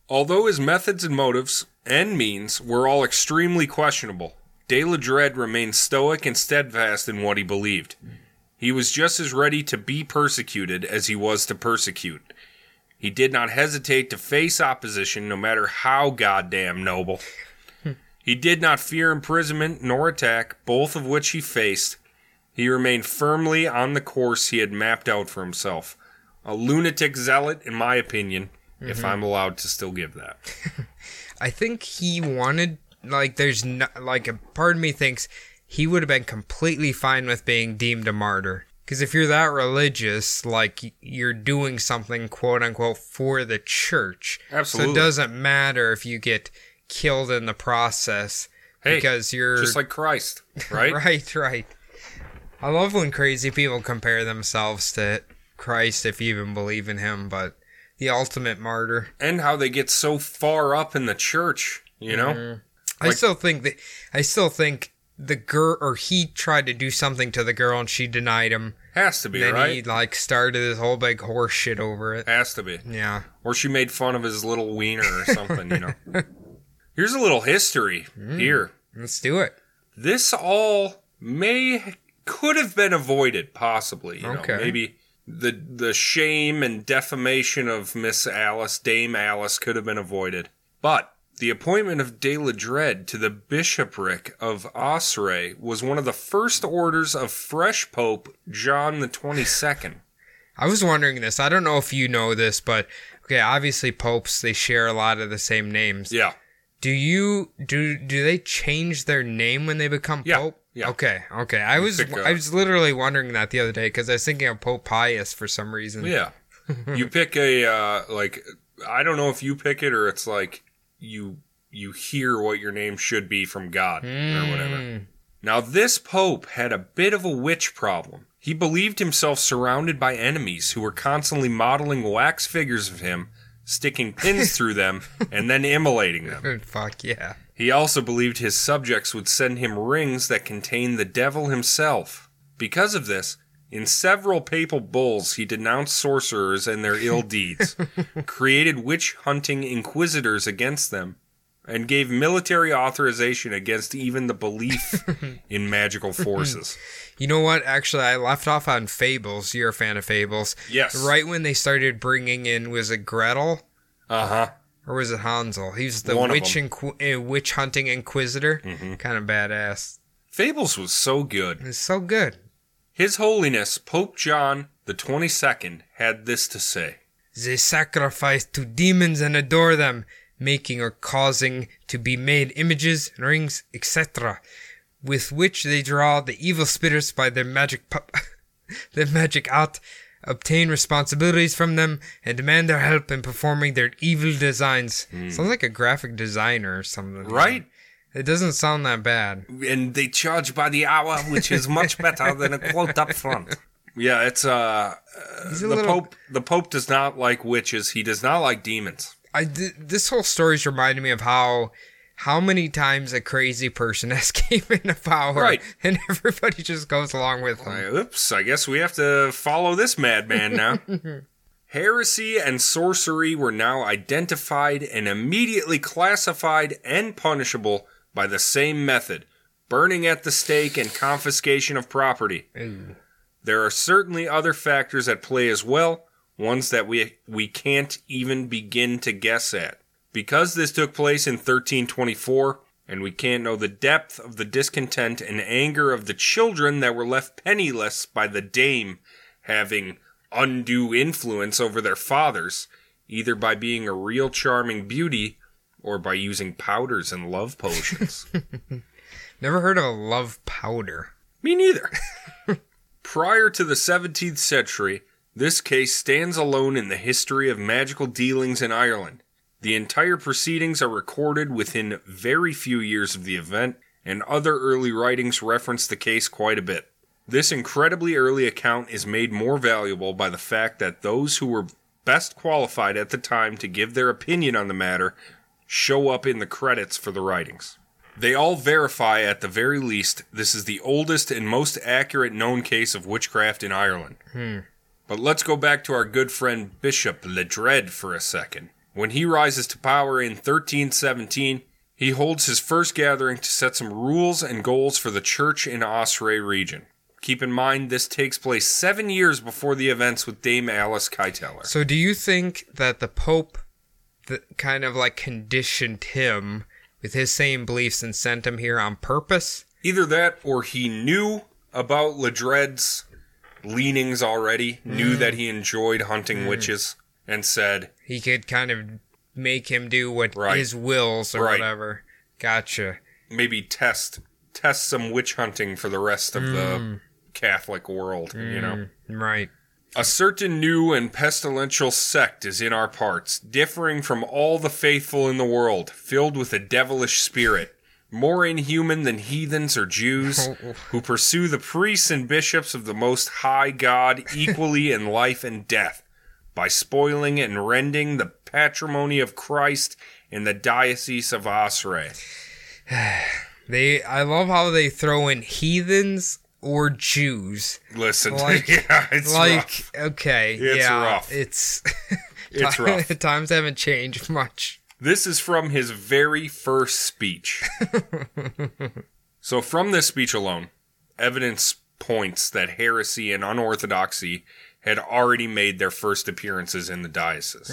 Speaker 2: Although his methods and motives and means were all extremely questionable, De La Dred remained stoic and steadfast in what he believed. He was just as ready to be persecuted as he was to persecute. He did not hesitate to face opposition, no matter how goddamn noble. he did not fear imprisonment nor attack, both of which he faced. He remained firmly on the course he had mapped out for himself. A lunatic zealot, in my opinion, if I'm allowed to still give that.
Speaker 1: I think he wanted like there's no, like a part of me thinks he would have been completely fine with being deemed a martyr. Because if you're that religious, like y- you're doing something quote unquote for the church.
Speaker 2: Absolutely.
Speaker 1: So it doesn't matter if you get killed in the process
Speaker 2: Hey,
Speaker 1: because you're
Speaker 2: Just like Christ, right?
Speaker 1: right, right. I love when crazy people compare themselves to Christ if you even believe in him, but the ultimate martyr.
Speaker 2: And how they get so far up in the church, you know?
Speaker 1: I still think that I still think the girl or he tried to do something to the girl and she denied him.
Speaker 2: Has to be,
Speaker 1: Then
Speaker 2: right?
Speaker 1: he like started this whole big horse shit over it.
Speaker 2: Has to be.
Speaker 1: Yeah.
Speaker 2: Or she made fun of his little wiener or something, you know? Here's a little history here.
Speaker 1: Let's do it.
Speaker 2: This all may could have been avoided possibly, you
Speaker 1: Okay.
Speaker 2: know. Maybe the the shame and defamation of Miss Alice, Dame Alice could have been avoided. But The appointment of De la Dred to the bishopric of Ossory was one of the first orders of fresh Pope John the Twenty Second.
Speaker 1: I was wondering this. I don't know if you know this, but okay, obviously popes they share a lot of the same names.
Speaker 2: Yeah,
Speaker 1: Do you do do they change their name when they become
Speaker 2: Yeah,
Speaker 1: pope?
Speaker 2: yeah.
Speaker 1: Okay. Okay. I was
Speaker 2: pick, uh,
Speaker 1: I was literally wondering that the other day because I was thinking of Pope Pius for some reason. Hmm.
Speaker 2: yeah. you pick a uh, like I don't know if you pick it or it's like you you hear what your name should be from God or whatever.
Speaker 1: Mm.
Speaker 2: Now, this pope had a bit of a witch problem. He believed himself surrounded by enemies who were constantly modeling wax figures of him, sticking pins through them, and then immolating them.
Speaker 1: Good Fuck yeah.
Speaker 2: He also believed his subjects would send him rings that contained the devil himself. Because of this, in several papal bulls, he denounced sorcerers and their ill deeds, created witch hunting inquisitors against them, and gave military authorization against even the belief in magical forces.
Speaker 1: You know what? Actually, I left off on Fables. You're a fan of Fables.
Speaker 2: Yes.
Speaker 1: Right when they started bringing in, was it Gretel
Speaker 2: Uh huh.
Speaker 1: or was it Hansel? He was the
Speaker 2: One of Mm.
Speaker 1: witch inqu- uh, witch hunting inquisitor. Kind of badass.
Speaker 2: Mm-hmm. Fables was so good.
Speaker 1: It's so good.
Speaker 2: His Holiness Pope John the Twenty Second had this to say.
Speaker 1: They sacrifice to demons and adore them, making or causing to be made images, rings, etc., with which they draw the evil spirits by their magic pu- their magic art, obtain responsibilities from them, and demand their help in performing their evil designs. Sounds like a graphic designer or something.
Speaker 2: Right?
Speaker 1: It doesn't sound that bad.
Speaker 2: and they charge by the hour, which is much better than a quote up front. Yeah, it's uh, uh,
Speaker 1: He's
Speaker 2: the
Speaker 1: a little-
Speaker 2: Pope. The Pope does not like witches. He does not like demons.
Speaker 1: I th- this whole story's reminding me of how how many times a crazy person has came into power,
Speaker 2: Right.
Speaker 1: and everybody just goes along with them.
Speaker 2: Uh, oops, I guess we have to follow this madman now. Heresy and sorcery were now identified and immediately classified and punishable by the same method burning at the stake and confiscation of property.
Speaker 1: Ooh.
Speaker 2: There are certainly other factors at play as well, ones that we we can't even begin to guess at. Because this took place in 1324, and we can't know the depth of the discontent and anger of the children that were left penniless by the dame having undue influence over their fathers, either by being a real charming beauty or by using powders and love potions.
Speaker 1: Never heard of a love powder.
Speaker 2: Me neither. Prior to the 17th century, this case stands alone in the history of magical dealings in Ireland. The entire proceedings are recorded within very few years of the event, and other early writings reference the case quite a bit. This incredibly early account is made more valuable by the fact that those who were best qualified at the time to give their opinion on the matter show up in the credits for the writings. They all verify, at the very least, this is the oldest and most accurate known case of witchcraft in Ireland. But let's go back to our good friend Bishop Ledred for a second. When he rises to power in 1317, he holds his first gathering to set some rules and goals for the church in Osray region. Keep in mind, this takes place seven years before the events with Dame Alice Keiteler.
Speaker 1: So, do you think that the Pope that kind of like conditioned him with his same beliefs and sent him here on purpose?
Speaker 2: Either that or he knew about Ledred's leanings already, knew that he enjoyed hunting witches, and said,
Speaker 1: He could kind of make him do what
Speaker 2: Right.
Speaker 1: his wills or
Speaker 2: Right.
Speaker 1: whatever. Gotcha.
Speaker 2: maybe test test some witch hunting for the rest of the Catholic world, you know.
Speaker 1: Right.
Speaker 2: A certain new and pestilential sect is in our parts, differing from all the faithful in the world, filled with a devilish spirit, more inhuman than heathens or
Speaker 1: Oh.
Speaker 2: Jews, who pursue the priests and bishops of the most high God equally in life and death, by spoiling and rending the patrimony of Christ in the diocese of Osray.
Speaker 1: They. I love how they throw in heathens or Jews.
Speaker 2: Listen,
Speaker 1: Like-
Speaker 2: yeah, it's
Speaker 1: like
Speaker 2: rough.
Speaker 1: okay
Speaker 2: It's
Speaker 1: yeah
Speaker 2: rough.
Speaker 1: it's
Speaker 2: It's rough.
Speaker 1: times haven't changed much
Speaker 2: This is from his very first speech. so, from this speech alone, evidence points that heresy and unorthodoxy had already made their first appearances in the diocese.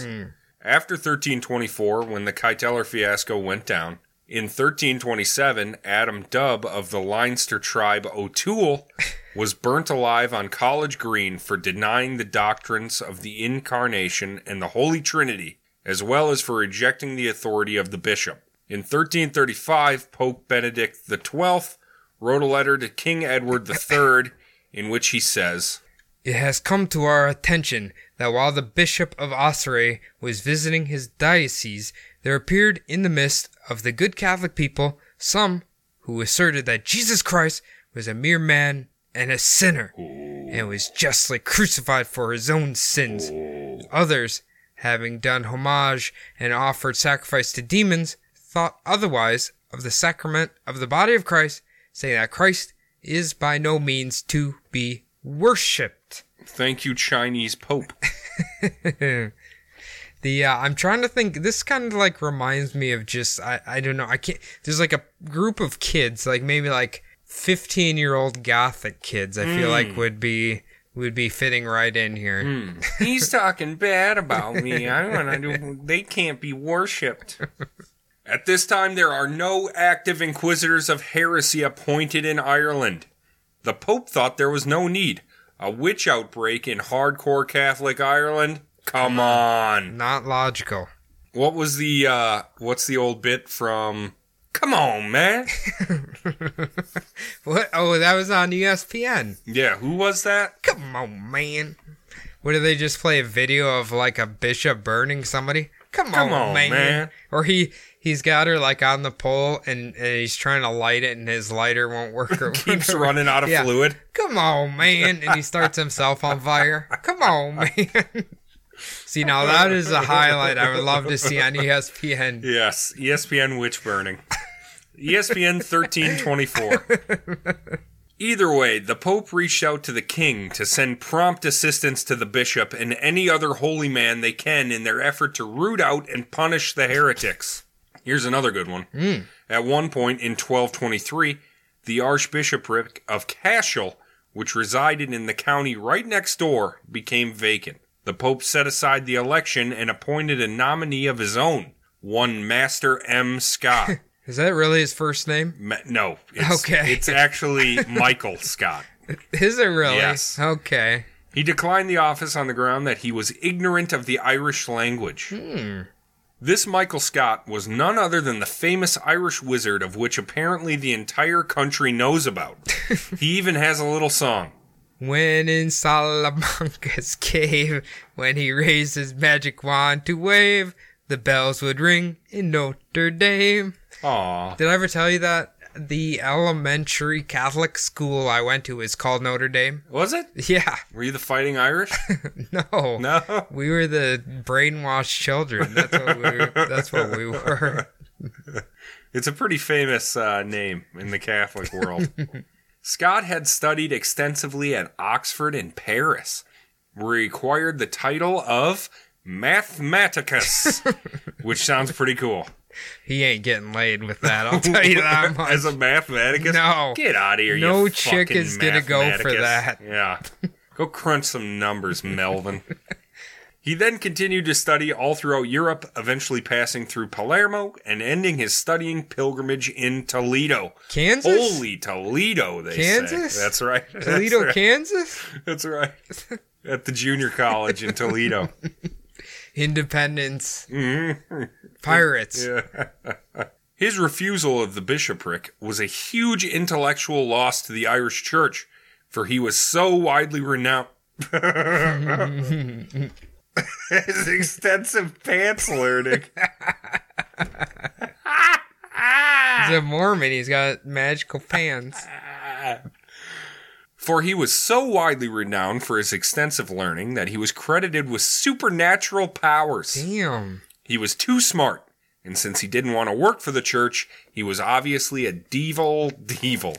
Speaker 2: After 1324, when the Keiteler fiasco went down, in 1327, Adam Dubb of the Leinster tribe O'Toole was burnt alive on College Green for denying the doctrines of the Incarnation and the Holy Trinity, as well as for rejecting the authority of the bishop. In 1335, Pope Benedict XII wrote a letter to King Edward III in which he says,
Speaker 1: It has come to our attention that while the Bishop of Ossory was visiting his diocese, there appeared in the midst of the good Catholic people some who asserted that Jesus Christ was a mere man and a sinner, and was justly crucified for his own sins. Others, having done homage and offered sacrifice to demons, thought otherwise of the sacrament of the body of Christ, saying that Christ is by no means to be worshipped.
Speaker 2: Thank you, Chinese Pope.
Speaker 1: The uh, I'm trying to think. This kind of like reminds me of just I I don't know. I can't. There's like a group of kids, like maybe like 15 year old gothic kids. I feel like would be would be fitting right in here.
Speaker 2: He's talking bad about me. I want to. They can't be worshipped. At this time, there are no active inquisitors of heresy appointed in Ireland. The Pope thought there was no need. A witch outbreak in hardcore Catholic Ireland? Come on.
Speaker 1: Not logical.
Speaker 2: What was the uh what's the old bit from Come on, man.
Speaker 1: What? Oh, that was on ESPN.
Speaker 2: Yeah, who was that?
Speaker 1: Come on, man. What do they just play a video of like a bishop burning somebody? Come,
Speaker 2: Come
Speaker 1: on,
Speaker 2: on,
Speaker 1: man.
Speaker 2: man.
Speaker 1: Or he he's got her like on the pole and, and he's trying to light it and his lighter won't work. Or
Speaker 2: Keeps
Speaker 1: whatever.
Speaker 2: running out of
Speaker 1: Yeah.
Speaker 2: fluid.
Speaker 1: Come on, man. And he starts himself on fire. Come on, man. See now that is a highlight I would love to see on E ESPN.
Speaker 2: Yes, E ESPN witch burning. E ESPN 1324. Either way, the Pope reached out to the king to send prompt assistance to the bishop and any other holy man they can in their effort to root out and punish the heretics. Here's another good one. At one point in 1223, the Archbishopric of Cashel, which resided in the county right next door, became vacant. The Pope set aside the election and appointed a nominee of his own, one Master M. Scott.
Speaker 1: Is that really his first name?
Speaker 2: Ma- no, it's,
Speaker 1: Okay.
Speaker 2: it's actually Michael Scott.
Speaker 1: Is it really?
Speaker 2: Yes.
Speaker 1: Okay.
Speaker 2: He declined the office on the ground that he was ignorant of the Irish language. This Michael Scott was none other than the famous Irish wizard of which apparently the entire country knows about. he even has a little song.
Speaker 1: When in Salamanca's cave, when he raised his magic wand to wave, the bells would ring in Notre Dame.
Speaker 2: Aw.
Speaker 1: Did I ever tell you that the elementary Catholic school I went to is called Notre Dame?
Speaker 2: Was it?
Speaker 1: Yeah,
Speaker 2: Were you the fighting Irish?
Speaker 1: no,
Speaker 2: No.
Speaker 1: we were the brainwashed children. That's what we. that's what we were.
Speaker 2: It's a pretty famous uh, name in the Catholic world. Scott had studied extensively at Oxford and Paris, where he acquired the title of Mathematicus, which sounds pretty cool.
Speaker 1: He ain't getting laid with that. I'll tell you that much.
Speaker 2: As a Mathematicus?
Speaker 1: No.
Speaker 2: Get out of here,
Speaker 1: No
Speaker 2: you
Speaker 1: chick
Speaker 2: fucking
Speaker 1: is gonna go for
Speaker 2: Mathematicus.
Speaker 1: that.
Speaker 2: Yeah. Go crunch some numbers, Melvin. He then continued to study all throughout Europe, eventually passing through Palermo and ending his studying pilgrimage in Toledo.
Speaker 1: Kansas,
Speaker 2: Holy Toledo, they
Speaker 1: Kansas?
Speaker 2: say. That's right. That's
Speaker 1: Toledo,
Speaker 2: right.
Speaker 1: Kansas,
Speaker 2: That's right. At the junior college in Toledo.
Speaker 1: Independence, pirates.
Speaker 2: His refusal of the bishopric was a huge intellectual loss to the Irish church, for he was so widely renowned. His extensive pants learning.
Speaker 1: He's a Mormon. He's got magical pants.
Speaker 2: For he was so widely renowned for his extensive learning that he was credited with supernatural powers.
Speaker 1: Damn.
Speaker 2: He was too smart, and since he didn't want to work for the church, he was obviously a devil devil.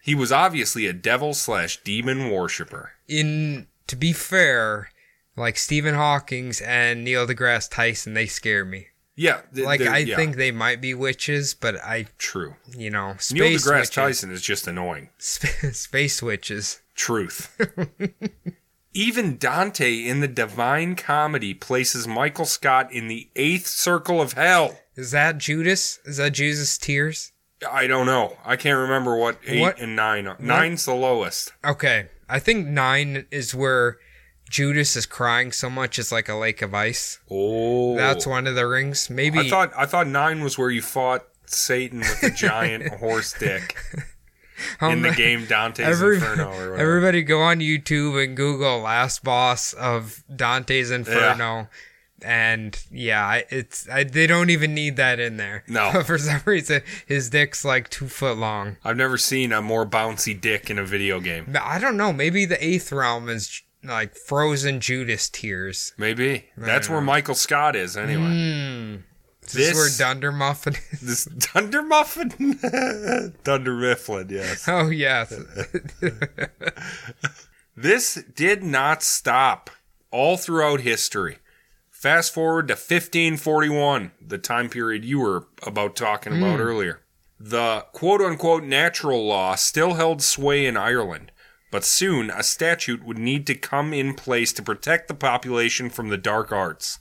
Speaker 2: He was obviously a devil slash demon worshiper.
Speaker 1: In to be fair, like Stephen Hawking's and Neil deGrasse Tyson, they scare me.
Speaker 2: Yeah, th-
Speaker 1: Like
Speaker 2: they're-
Speaker 1: I
Speaker 2: yeah,
Speaker 1: think they might be witches, but I,
Speaker 2: true.
Speaker 1: you know,
Speaker 2: Neil
Speaker 1: space
Speaker 2: deGrasse
Speaker 1: witches.
Speaker 2: Tyson is just annoying.
Speaker 1: Sp- space witches.
Speaker 2: Truth. Even Dante in the Divine Comedy places Michael Scott in the eighth circle of hell.
Speaker 1: Is that Judas? Is that Jesus' tears?
Speaker 2: I don't know. I can't remember what eight
Speaker 1: What-
Speaker 2: and nine are. Nine's the lowest.
Speaker 1: Okay. I think nine is where Judas is crying so much it's like a lake of ice.
Speaker 2: Oh,
Speaker 1: That's one of the rings. Maybe
Speaker 2: I thought. I thought nine was where you fought Satan with the giant horse dick
Speaker 1: how
Speaker 2: in the
Speaker 1: ma-
Speaker 2: game Dante's
Speaker 1: Oh every-
Speaker 2: Inferno or whatever.
Speaker 1: Everybody go on YouTube and Google last boss of Dante's Inferno. And yeah, I- it's I, they don't even need that in there.
Speaker 2: No.
Speaker 1: for some reason, his dick's like two foot long.
Speaker 2: I've never seen a more bouncy dick in a video game.
Speaker 1: I don't know. Maybe the eighth realm is like frozen Judas tears.
Speaker 2: Maybe that's where Michael Scott is. Anyway,
Speaker 1: Mm. Is this,
Speaker 2: This-
Speaker 1: where Dunder Muffin is?
Speaker 2: this Thunder Muffin, Thunder Mifflin. Yes,
Speaker 1: Oh yes.
Speaker 2: this did not stop all throughout history. Fast forward to 1541, the time period you were about talking about earlier. The quote unquote natural law still held sway in Ireland, but soon a statute would need to come in place to protect the population from the dark arts.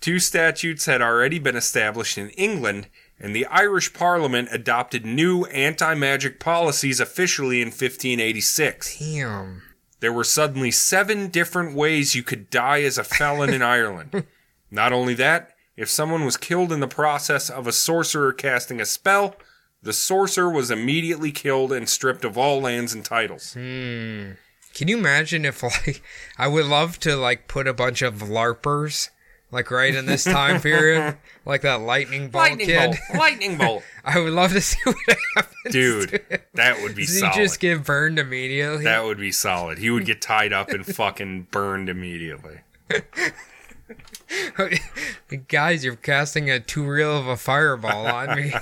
Speaker 2: Two statutes had already been established in England, and the Irish Parliament adopted new anti magic policies officially in 1586
Speaker 1: Damn.
Speaker 2: there were suddenly seven different ways you could die as a felon in Ireland. Not only that, if someone was killed in the process of a sorcerer casting a spell, the sorcerer was immediately killed and stripped of all lands and titles.
Speaker 1: Can you imagine if like I would love to like put a bunch of larpers like right in this time period, like that lightning bolt
Speaker 2: Lightning
Speaker 1: kid.
Speaker 2: bolt! Lightning bolt!
Speaker 1: I would love to see what happens.
Speaker 2: Dude, that would be
Speaker 1: Does he
Speaker 2: solid.
Speaker 1: just get burned immediately?
Speaker 2: That would be solid. He would get tied up and fucking burned immediately.
Speaker 1: Guys, you're casting a two reel of a fireball on me.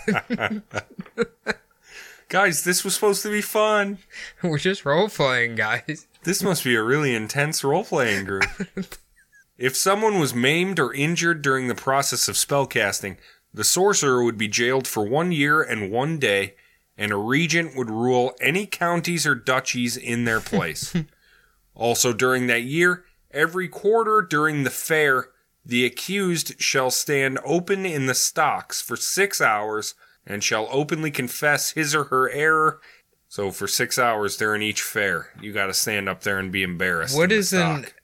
Speaker 2: Guys, this was supposed to be fun.
Speaker 1: We're just role playing, guys.
Speaker 2: This must be a really intense role playing group. if someone was maimed or injured during the process of spellcasting, the sorcerer would be jailed for one year and one day, and a regent would rule any counties or duchies in their place. also, during that year, every quarter during the fair, the accused shall stand open in the stocks for six hours and shall openly confess his or her error so for six hours during each fair, you got to stand up there and be embarrassed.
Speaker 1: What
Speaker 2: in the
Speaker 1: is an
Speaker 2: stock.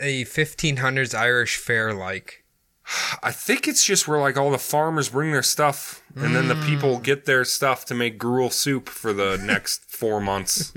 Speaker 1: a fifteen hundreds Irish fair like?
Speaker 2: I think it's just where like all the farmers bring their stuff, and then the people get their stuff to make gruel soup for the next four months.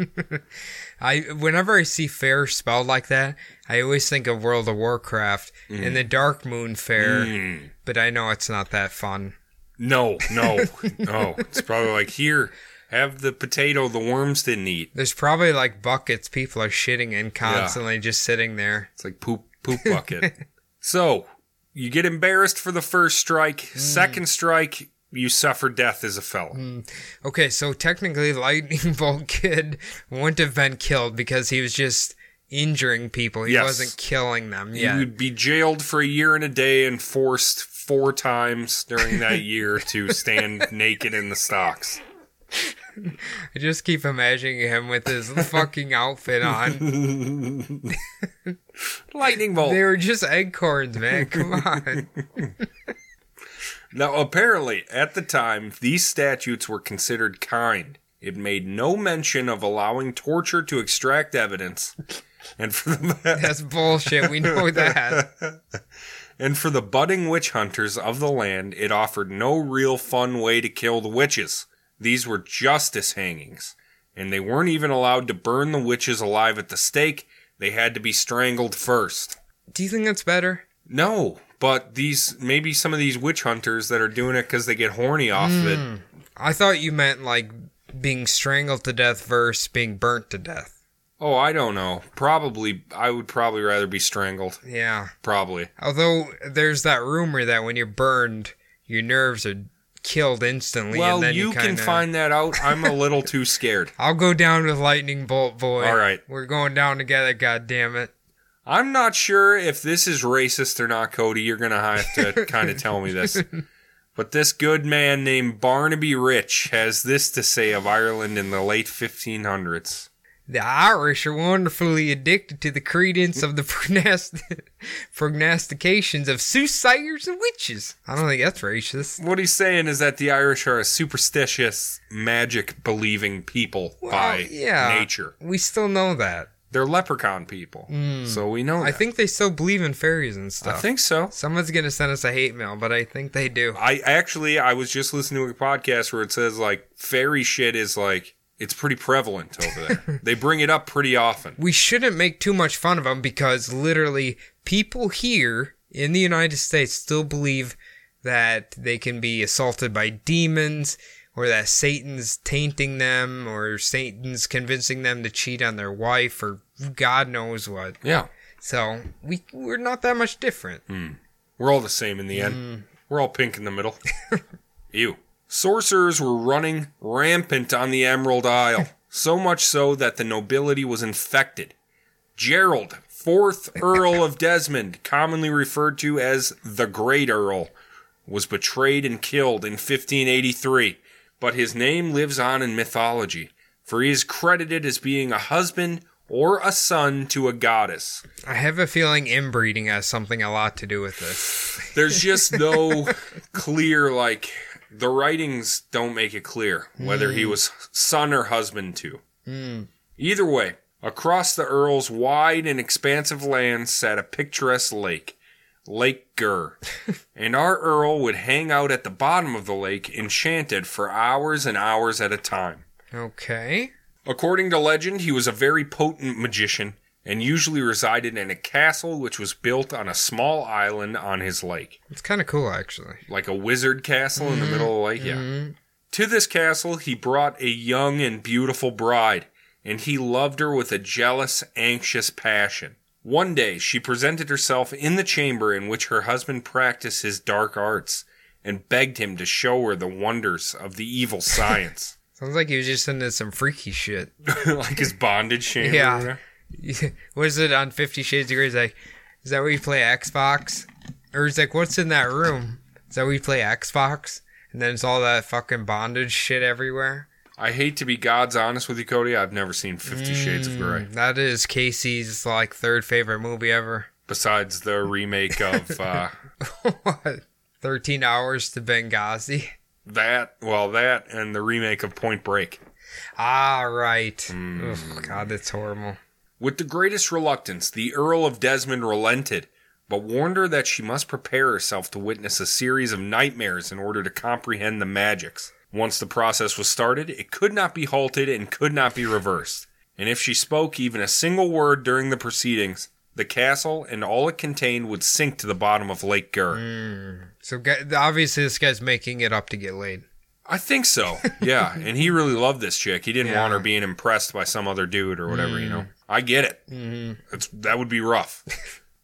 Speaker 1: I whenever I see fair spelled like that, I always think of World of Warcraft
Speaker 2: Mm-hmm.
Speaker 1: and the Dark Moon Fair. But I know it's not that fun.
Speaker 2: No, no, no. It's probably like here, have the potato the worms didn't eat.
Speaker 1: There's probably like buckets people are shitting in constantly, just sitting there.
Speaker 2: It's like poop poop bucket. so you get embarrassed for the first strike. Second strike, you suffer death as a felon.
Speaker 1: Okay, so technically, Lightning Bolt Kid wouldn't have been killed because he was just injuring people. He
Speaker 2: Yes.
Speaker 1: wasn't killing them.
Speaker 2: you
Speaker 1: Yeah.
Speaker 2: would be jailed for a year and a day and forced four times during that year to stand naked in the stocks.
Speaker 1: I just keep imagining him with his fucking outfit on.
Speaker 2: Lightning bolt.
Speaker 1: They were just acorns, man. Come on.
Speaker 2: Now, apparently, at the time, these statutes were considered kind. It made no mention of allowing torture to extract evidence, and for the
Speaker 1: That's bullshit. We know that.
Speaker 2: and for the budding witch hunters of the land, it offered no real fun way to kill the witches. These were justice hangings, and they weren't even allowed to burn the witches alive at the stake. They had to be strangled first.
Speaker 1: Do you think that's better?
Speaker 2: No, but these maybe some of these witch hunters that are doing it because they get horny off of it.
Speaker 1: Hmm. I thought you meant like being strangled to death versus being burnt to death.
Speaker 2: Oh, I don't know. Probably, I would probably rather be strangled.
Speaker 1: Yeah.
Speaker 2: Probably.
Speaker 1: Although there's that rumor that when you're burned, your nerves are killed instantly.
Speaker 2: well,
Speaker 1: and then
Speaker 2: you,
Speaker 1: you,
Speaker 2: can
Speaker 1: kinda-
Speaker 2: find that out. I'm a little too scared.
Speaker 1: I'll go down with lightning bolt boy.
Speaker 2: All right.
Speaker 1: we're going down together. God damn it!
Speaker 2: I'm not sure if this is racist or not, Cody. You're going to have to kind of tell me this. But this good man named Barnaby Rich has this to say of Ireland in the late 1500s.
Speaker 1: The Irish are wonderfully addicted to the credence of the prognost- prognostications of soothsayers and witches. I don't think that's racist.
Speaker 2: What he's saying is that the Irish are a superstitious, magic believing people
Speaker 1: Well,
Speaker 2: by
Speaker 1: yeah.
Speaker 2: nature.
Speaker 1: We still know that.
Speaker 2: They're leprechaun people. So we know
Speaker 1: Hmm. I
Speaker 2: that.
Speaker 1: think they still believe in fairies and
Speaker 2: I
Speaker 1: stuff.
Speaker 2: think so.
Speaker 1: Someone's gonna send us a hate mail, but I think they do.
Speaker 2: I actually I was just listening to a podcast where it says like fairy shit is like it's pretty prevalent over there. they bring it up pretty often.
Speaker 1: We shouldn't make too much fun of them because literally people here in the United States still believe that they can be assaulted by demons or that Satan's tainting them or Satan's convincing them to cheat on their wife or God knows what.
Speaker 2: Yeah.
Speaker 1: So we we're not that much different.
Speaker 2: We're all the same in the end. We're all pink in the middle. Ew. Sorcerers were running rampant on the Emerald Isle, so much so that the nobility was infected. Gerald, fourth Earl of Desmond, commonly referred to as the Great Earl, was betrayed and killed in 1583, but his name lives on in mythology, for he is credited as being a husband or a son to a goddess.
Speaker 1: I have a feeling inbreeding has something a lot to do with this.
Speaker 2: There's just no clear like the writings don't make it clear whether he was son or husband to.
Speaker 1: Hmm,
Speaker 2: Either way, across the Earl's wide and expansive lands sat a picturesque lake, Lake Gur, and our Earl would hang out at the bottom of the lake, enchanted for hours and hours at a time.
Speaker 1: Okay.
Speaker 2: According to legend, he was a very potent magician and usually resided in a castle which was built on a small island on his lake
Speaker 1: It's kind of cool actually.
Speaker 2: like a wizard castle in the middle of the lake. Yeah.
Speaker 1: Mm-hmm.
Speaker 2: To this castle, he brought a young and beautiful bride, and he loved her with a jealous, anxious passion. One day, she presented herself in the chamber in which her husband practiced his dark arts and begged him to show her the wonders of the evil science,
Speaker 1: Sounds like he was just into some freaky shit.
Speaker 2: like his bondage chamber.
Speaker 1: Yeah.
Speaker 2: you know?
Speaker 1: was it on Fifty Shades of Grey? He's like, is that where you play Xbox? Or he's like, what's in that room? Is that where you play Xbox? And then it's all that fucking bondage shit everywhere.
Speaker 2: I hate to be God's honest with you, Cody. I've never seen Fifty Shades of Grey
Speaker 1: Hmm, That is Casey's like third favorite movie ever.
Speaker 2: besides the remake of uh,
Speaker 1: What? Thirteen hours to Benghazi.
Speaker 2: that. Well, that and the remake of Point Break.
Speaker 1: Ah, right. Ugh, God, that's horrible.
Speaker 2: With the greatest reluctance, the Earl of Desmond relented, but warned her that she must prepare herself to witness a series of nightmares in order to comprehend the magics. Once the process was started, it could not be halted and could not be reversed. And if she spoke even a single word during the proceedings, the castle and all it contained would sink to the bottom of Lake Gur.
Speaker 1: So gu- obviously, this guy's making it up to get laid.
Speaker 2: I think so. Yeah, and he really loved this chick. He didn't
Speaker 1: Yeah.
Speaker 2: want her being impressed by some other dude or whatever. You know, I get it.
Speaker 1: Mm-hmm.
Speaker 2: It's, that would be rough.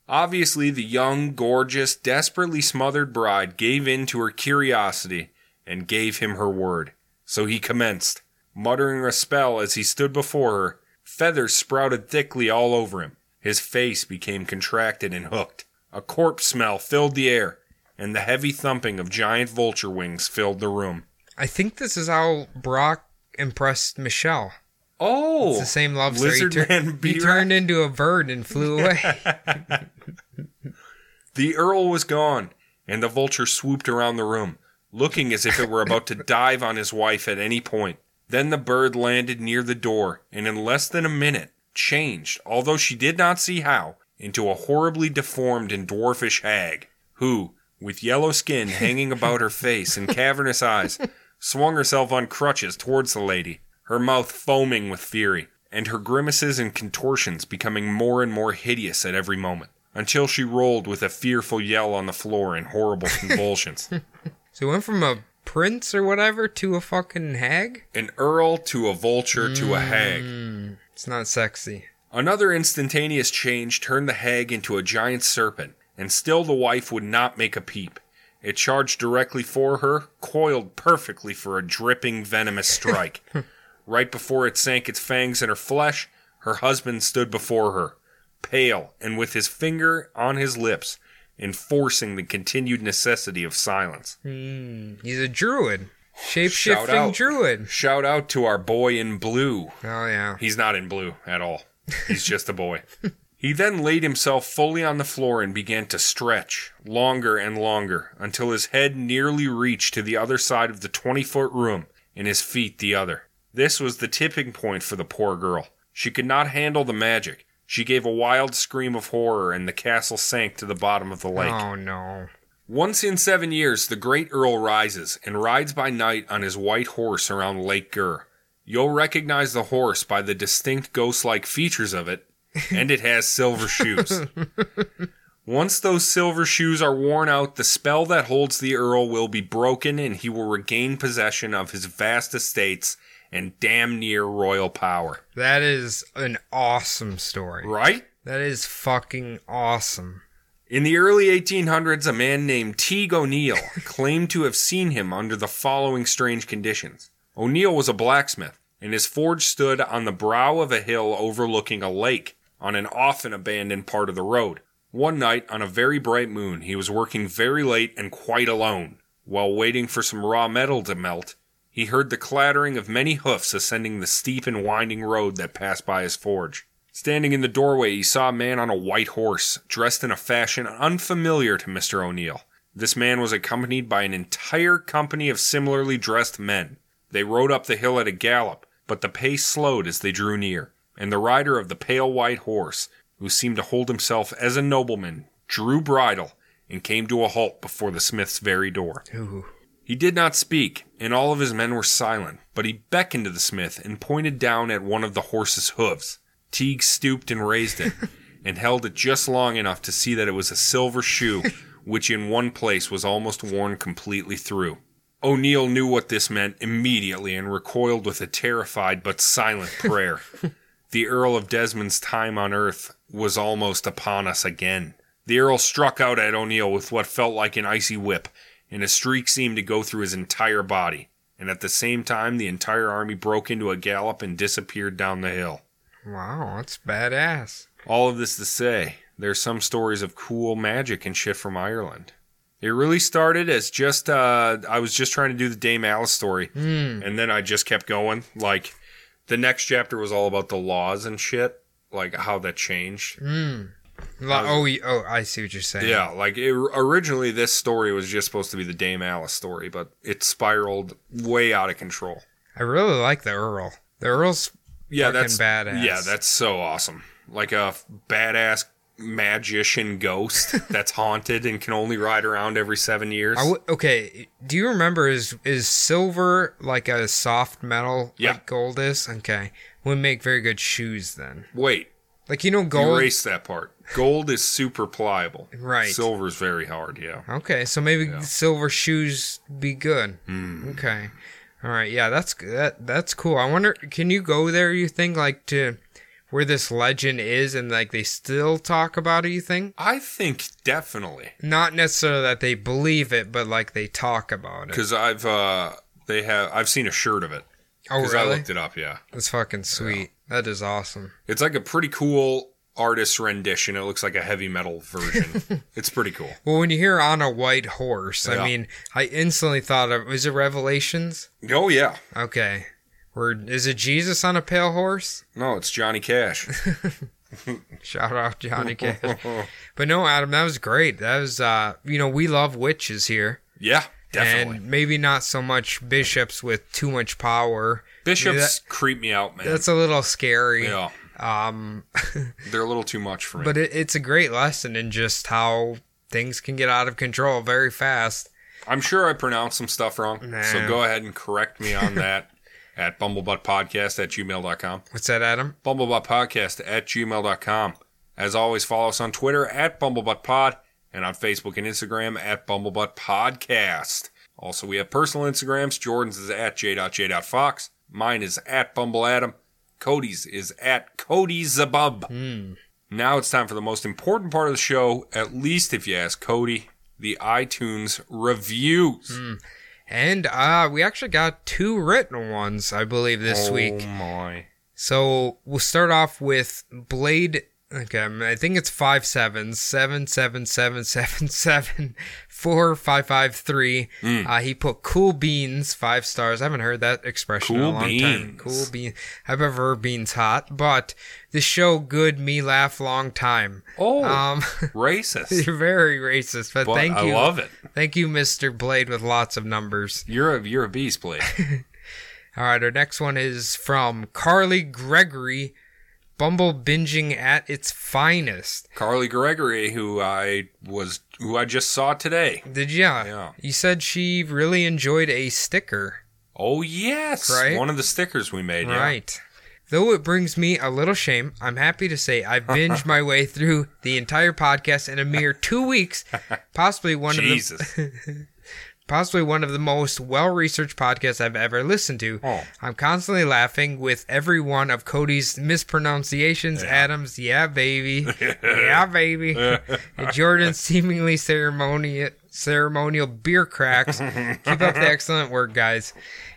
Speaker 2: Obviously, the young, gorgeous, desperately smothered bride gave in to her curiosity and gave him her word. So he commenced, muttering a spell as he stood before her. Feathers sprouted thickly all over him. His face became contracted and hooked. A corpse smell filled the air, and the heavy thumping of giant vulture wings filled the room.
Speaker 1: I think this is how Brock impressed Michelle.
Speaker 2: Oh,
Speaker 1: It's the same lobster.
Speaker 2: Lizard
Speaker 1: he, tur-
Speaker 2: Man
Speaker 1: he
Speaker 2: B-Rock.
Speaker 1: turned into a bird and flew away.
Speaker 2: The earl was gone, and the vulture swooped around the room, looking as if it were about to dive on his wife at any point. Then the bird landed near the door, and in less than a minute changed, although she did not see how, into a horribly deformed and dwarfish hag, who, with yellow skin hanging about her face and cavernous eyes, swung herself on crutches towards the lady, her mouth foaming with fury, and her grimaces and contortions becoming more and more hideous at every moment, until she rolled with a fearful yell on the floor in horrible convulsions.
Speaker 1: So he went from a prince or whatever to a fucking hag?
Speaker 2: An earl to a vulture to a hag.
Speaker 1: It's not sexy.
Speaker 2: Another instantaneous change turned the hag into a giant serpent, and still the wife would not make a peep. It charged directly for her, coiled perfectly for a dripping, venomous strike. Right before it sank its fangs in her flesh, her husband stood before her, pale and with his finger on his lips, enforcing the continued necessity of silence.
Speaker 1: He's a druid.
Speaker 2: Hmm. Shout
Speaker 1: Shapeshifting
Speaker 2: out.
Speaker 1: druid.
Speaker 2: Shout out to our boy in blue.
Speaker 1: Oh yeah.
Speaker 2: He's not in blue at all. He's just a boy. he then laid himself fully on the floor and began to stretch longer and longer until his head nearly reached to the other side of the 20 foot room and his feet the other. This was the tipping point for the poor girl. She could not handle the magic. She gave a wild scream of horror and the castle sank to the bottom of the lake.
Speaker 1: Oh no.
Speaker 2: Once in seven years, the great Earl rises and rides by night on his white horse around Lake Gur. You'll recognize the horse by the distinct ghost like features of it, and it has silver shoes. Once those silver shoes are worn out, the spell that holds the Earl will be broken and he will regain possession of his vast estates and damn near royal power.
Speaker 1: That is an awesome story.
Speaker 2: Right?
Speaker 1: That is fucking awesome.
Speaker 2: In the early 1800s, a man named Teague O'Neill claimed to have seen him under the following strange conditions. O'Neill was a blacksmith, and his forge stood on the brow of a hill overlooking a lake on an often abandoned part of the road. One night, on a very bright moon, he was working very late and quite alone. While waiting for some raw metal to melt, he heard the clattering of many hoofs ascending the steep and winding road that passed by his forge. Standing in the doorway, he saw a man on a white horse, dressed in a fashion unfamiliar to Mr. O'Neill. This man was accompanied by an entire company of similarly dressed men. They rode up the hill at a gallop, but the pace slowed as they drew near, and the rider of the pale white horse, who seemed to hold himself as a nobleman, drew bridle and came to a halt before the smith's very door.
Speaker 1: Ooh.
Speaker 2: He did not speak, and all of his men were silent, but he beckoned to the smith and pointed down at one of the horse's hooves. Teague stooped and raised it, and held it just long enough to see that it was a silver shoe, which in one place was almost worn completely through. O'Neill knew what this meant immediately and recoiled with a terrified but silent prayer. the Earl of Desmond's time on earth was almost upon us again. The Earl struck out at O'Neill with what felt like an icy whip, and a streak seemed to go through his entire body, and at the same time the entire army broke into a gallop and disappeared down the hill.
Speaker 1: Wow, that's badass.
Speaker 2: All of this to say, there's some stories of cool magic and shit from Ireland. It really started as just uh, I was just trying to do the Dame Alice story,
Speaker 1: Hmm.
Speaker 2: and then I just kept going. Like the next chapter was all about the laws and shit, like how that changed.
Speaker 1: Like, oh, y- oh, I see what you're saying.
Speaker 2: Yeah, like it, originally this story was just supposed to be the Dame Alice story, but it spiraled way out of control.
Speaker 1: I really like the Earl. The Earl's
Speaker 2: yeah,
Speaker 1: Fucking
Speaker 2: that's
Speaker 1: badass.
Speaker 2: Yeah, that's so awesome. Like a f- badass magician ghost that's haunted and can only ride around every seven years.
Speaker 1: I w- okay. Do you remember is is silver like a soft metal
Speaker 2: Yeah.
Speaker 1: like gold is? Okay, would make very good shoes then.
Speaker 2: Wait,
Speaker 1: Like you know gold.
Speaker 2: erase that part. Gold is super pliable.
Speaker 1: Right.
Speaker 2: Silver's very hard. Yeah. Hmm.
Speaker 1: Okay, so maybe silver shoes be good. Okay, all right. Yeah, that's g- that. That's cool. I wonder, can you go there? You think like to where this legend is, and like they still talk about it? You think
Speaker 2: I think definitely
Speaker 1: not necessarily that they believe it, but like they talk about it.
Speaker 2: because I've uh they have I've seen a shirt of it
Speaker 1: Oh,
Speaker 2: because I
Speaker 1: really?
Speaker 2: looked it up. Yeah.
Speaker 1: That's fucking sweet. That is awesome.
Speaker 2: It's like a pretty cool artist rendition. It looks like a heavy metal version. it's pretty cool.
Speaker 1: Well, when you hear on a white horse, I
Speaker 2: Yeah.
Speaker 1: mean, I instantly thought of is it Revelations?
Speaker 2: Oh yeah.
Speaker 1: Okay, where is it Jesus on a pale horse?
Speaker 2: No, it's Johnny Cash.
Speaker 1: Shout out Johnny Cash. but no, Adam, that was great. That was, uh, you know, we love witches here,
Speaker 2: yeah, definitely.
Speaker 1: and maybe not so much bishops with too much power.
Speaker 2: Bishops creep me out, man.
Speaker 1: That's a little scary.
Speaker 2: yeah,
Speaker 1: Um,
Speaker 2: they're a little too much for me.
Speaker 1: but it, it's a great lesson in just how things can get out of control very fast.
Speaker 2: I'm sure I pronounced some stuff wrong,
Speaker 1: Nah.
Speaker 2: so go ahead and correct me on that at bumblebuttpodcast at gmail.com.
Speaker 1: What's that, Adam?
Speaker 2: Bumblebuttpodcast at gmail.com. As always, follow us on Twitter at bumblebuttpod and on Facebook and Instagram at bumblebuttpodcast. Also, we have personal Instagrams. Jordan's is at j.j.fox. Mine is at bumbleadam. Cody's is at Cody Zabub.
Speaker 1: Hmm.
Speaker 2: Now it's time for the most important part of the show, at least if you ask Cody, the iTunes reviews.
Speaker 1: Hmm. And uh, we actually got two written ones, I believe, this
Speaker 2: oh
Speaker 1: week.
Speaker 2: my.
Speaker 1: So we'll start off with Blade Okay, I, mean, I think it's five seven seven seven seven seven seven four five five three.
Speaker 2: Hmm.
Speaker 1: Uh, he put cool beans five stars. I haven't heard that expression in a
Speaker 2: Cool
Speaker 1: long time.
Speaker 2: beans.
Speaker 1: Cool beans. I've ever heard beans hot, but the show good me laugh long time.
Speaker 2: Oh,
Speaker 1: Um,
Speaker 2: racist.
Speaker 1: you're very racist, but,
Speaker 2: But
Speaker 1: thank
Speaker 2: I
Speaker 1: you,
Speaker 2: love it.
Speaker 1: thank you, Mister Blade with lots of numbers.
Speaker 2: You're a you're a beast, Blade.
Speaker 1: All right, our next one is from Carly Gregory. Bumble binging at its finest.
Speaker 2: Carly Gregory, who I was, who I just saw today.
Speaker 1: Did yeah.
Speaker 2: Yeah.
Speaker 1: You said she really enjoyed a sticker.
Speaker 2: Oh yes,
Speaker 1: Right?
Speaker 2: one of the stickers we made. yeah.
Speaker 1: Right. Though it brings me a little shame, I'm happy to say I binged my way through the entire podcast in a mere two weeks. Possibly one of
Speaker 2: Jesus.
Speaker 1: the possibly one of the most well researched podcasts I've ever listened to.
Speaker 2: Oh.
Speaker 1: I'm constantly laughing with every one of Cody's mispronunciations, Adam's yeah baby. yeah baby. and Jordan's seemingly ceremonial ceremonial beer cracks. Keep up the excellent work, guys.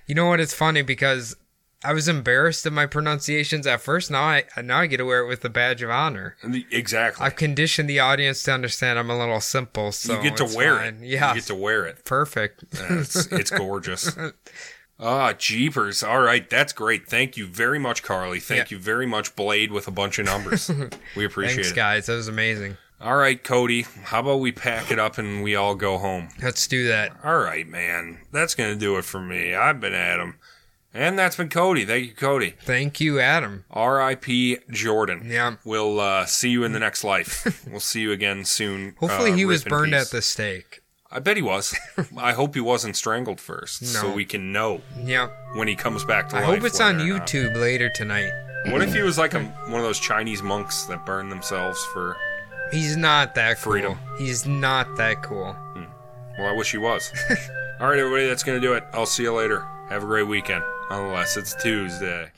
Speaker 1: You know what? It's funny because I was embarrassed of my pronunciations at first. Now I now I get to wear it with the badge of honor.
Speaker 2: Exactly.
Speaker 1: I've conditioned the audience to understand I'm a little simple, so
Speaker 2: you get to
Speaker 1: it's
Speaker 2: wear
Speaker 1: fine.
Speaker 2: it.
Speaker 1: Yeah,
Speaker 2: You get to wear it.
Speaker 1: perfect.
Speaker 2: It's, it's gorgeous. Ah, jeepers. All right. That's great. Thank you very much, Carly. Thank you very much, Blade, with a bunch of numbers. we appreciate
Speaker 1: Thanks,
Speaker 2: it.
Speaker 1: guys. That was amazing.
Speaker 2: All right, Cody. How about we pack it up and we all go home?
Speaker 1: Let's do that.
Speaker 2: All right, man. That's going to do it for me. I've been Adam. And that's been Cody. Thank you, Cody.
Speaker 1: Thank you, Adam.
Speaker 2: R.I.P. Jordan.
Speaker 1: Yeah.
Speaker 2: We'll uh, see you in the next life. we'll see you again soon.
Speaker 1: Hopefully,
Speaker 2: Uh,
Speaker 1: he
Speaker 2: rip
Speaker 1: was
Speaker 2: in
Speaker 1: burned
Speaker 2: peace.
Speaker 1: at the stake.
Speaker 2: I bet he was. I hope he wasn't strangled first, so
Speaker 1: No.
Speaker 2: we can know
Speaker 1: Yeah.
Speaker 2: when he comes back to
Speaker 1: I
Speaker 2: life. uh,
Speaker 1: hope it's on
Speaker 2: whether or not-
Speaker 1: YouTube later tonight.
Speaker 2: What if he was like a, one of those Chinese monks that burn themselves for?
Speaker 1: He's not that cool.
Speaker 2: Freedom.
Speaker 1: He's not that cool.
Speaker 2: Well, I wish he was. All right, everybody, that's gonna do it. I'll see you later. Have a great weekend. Unless it's Tuesday.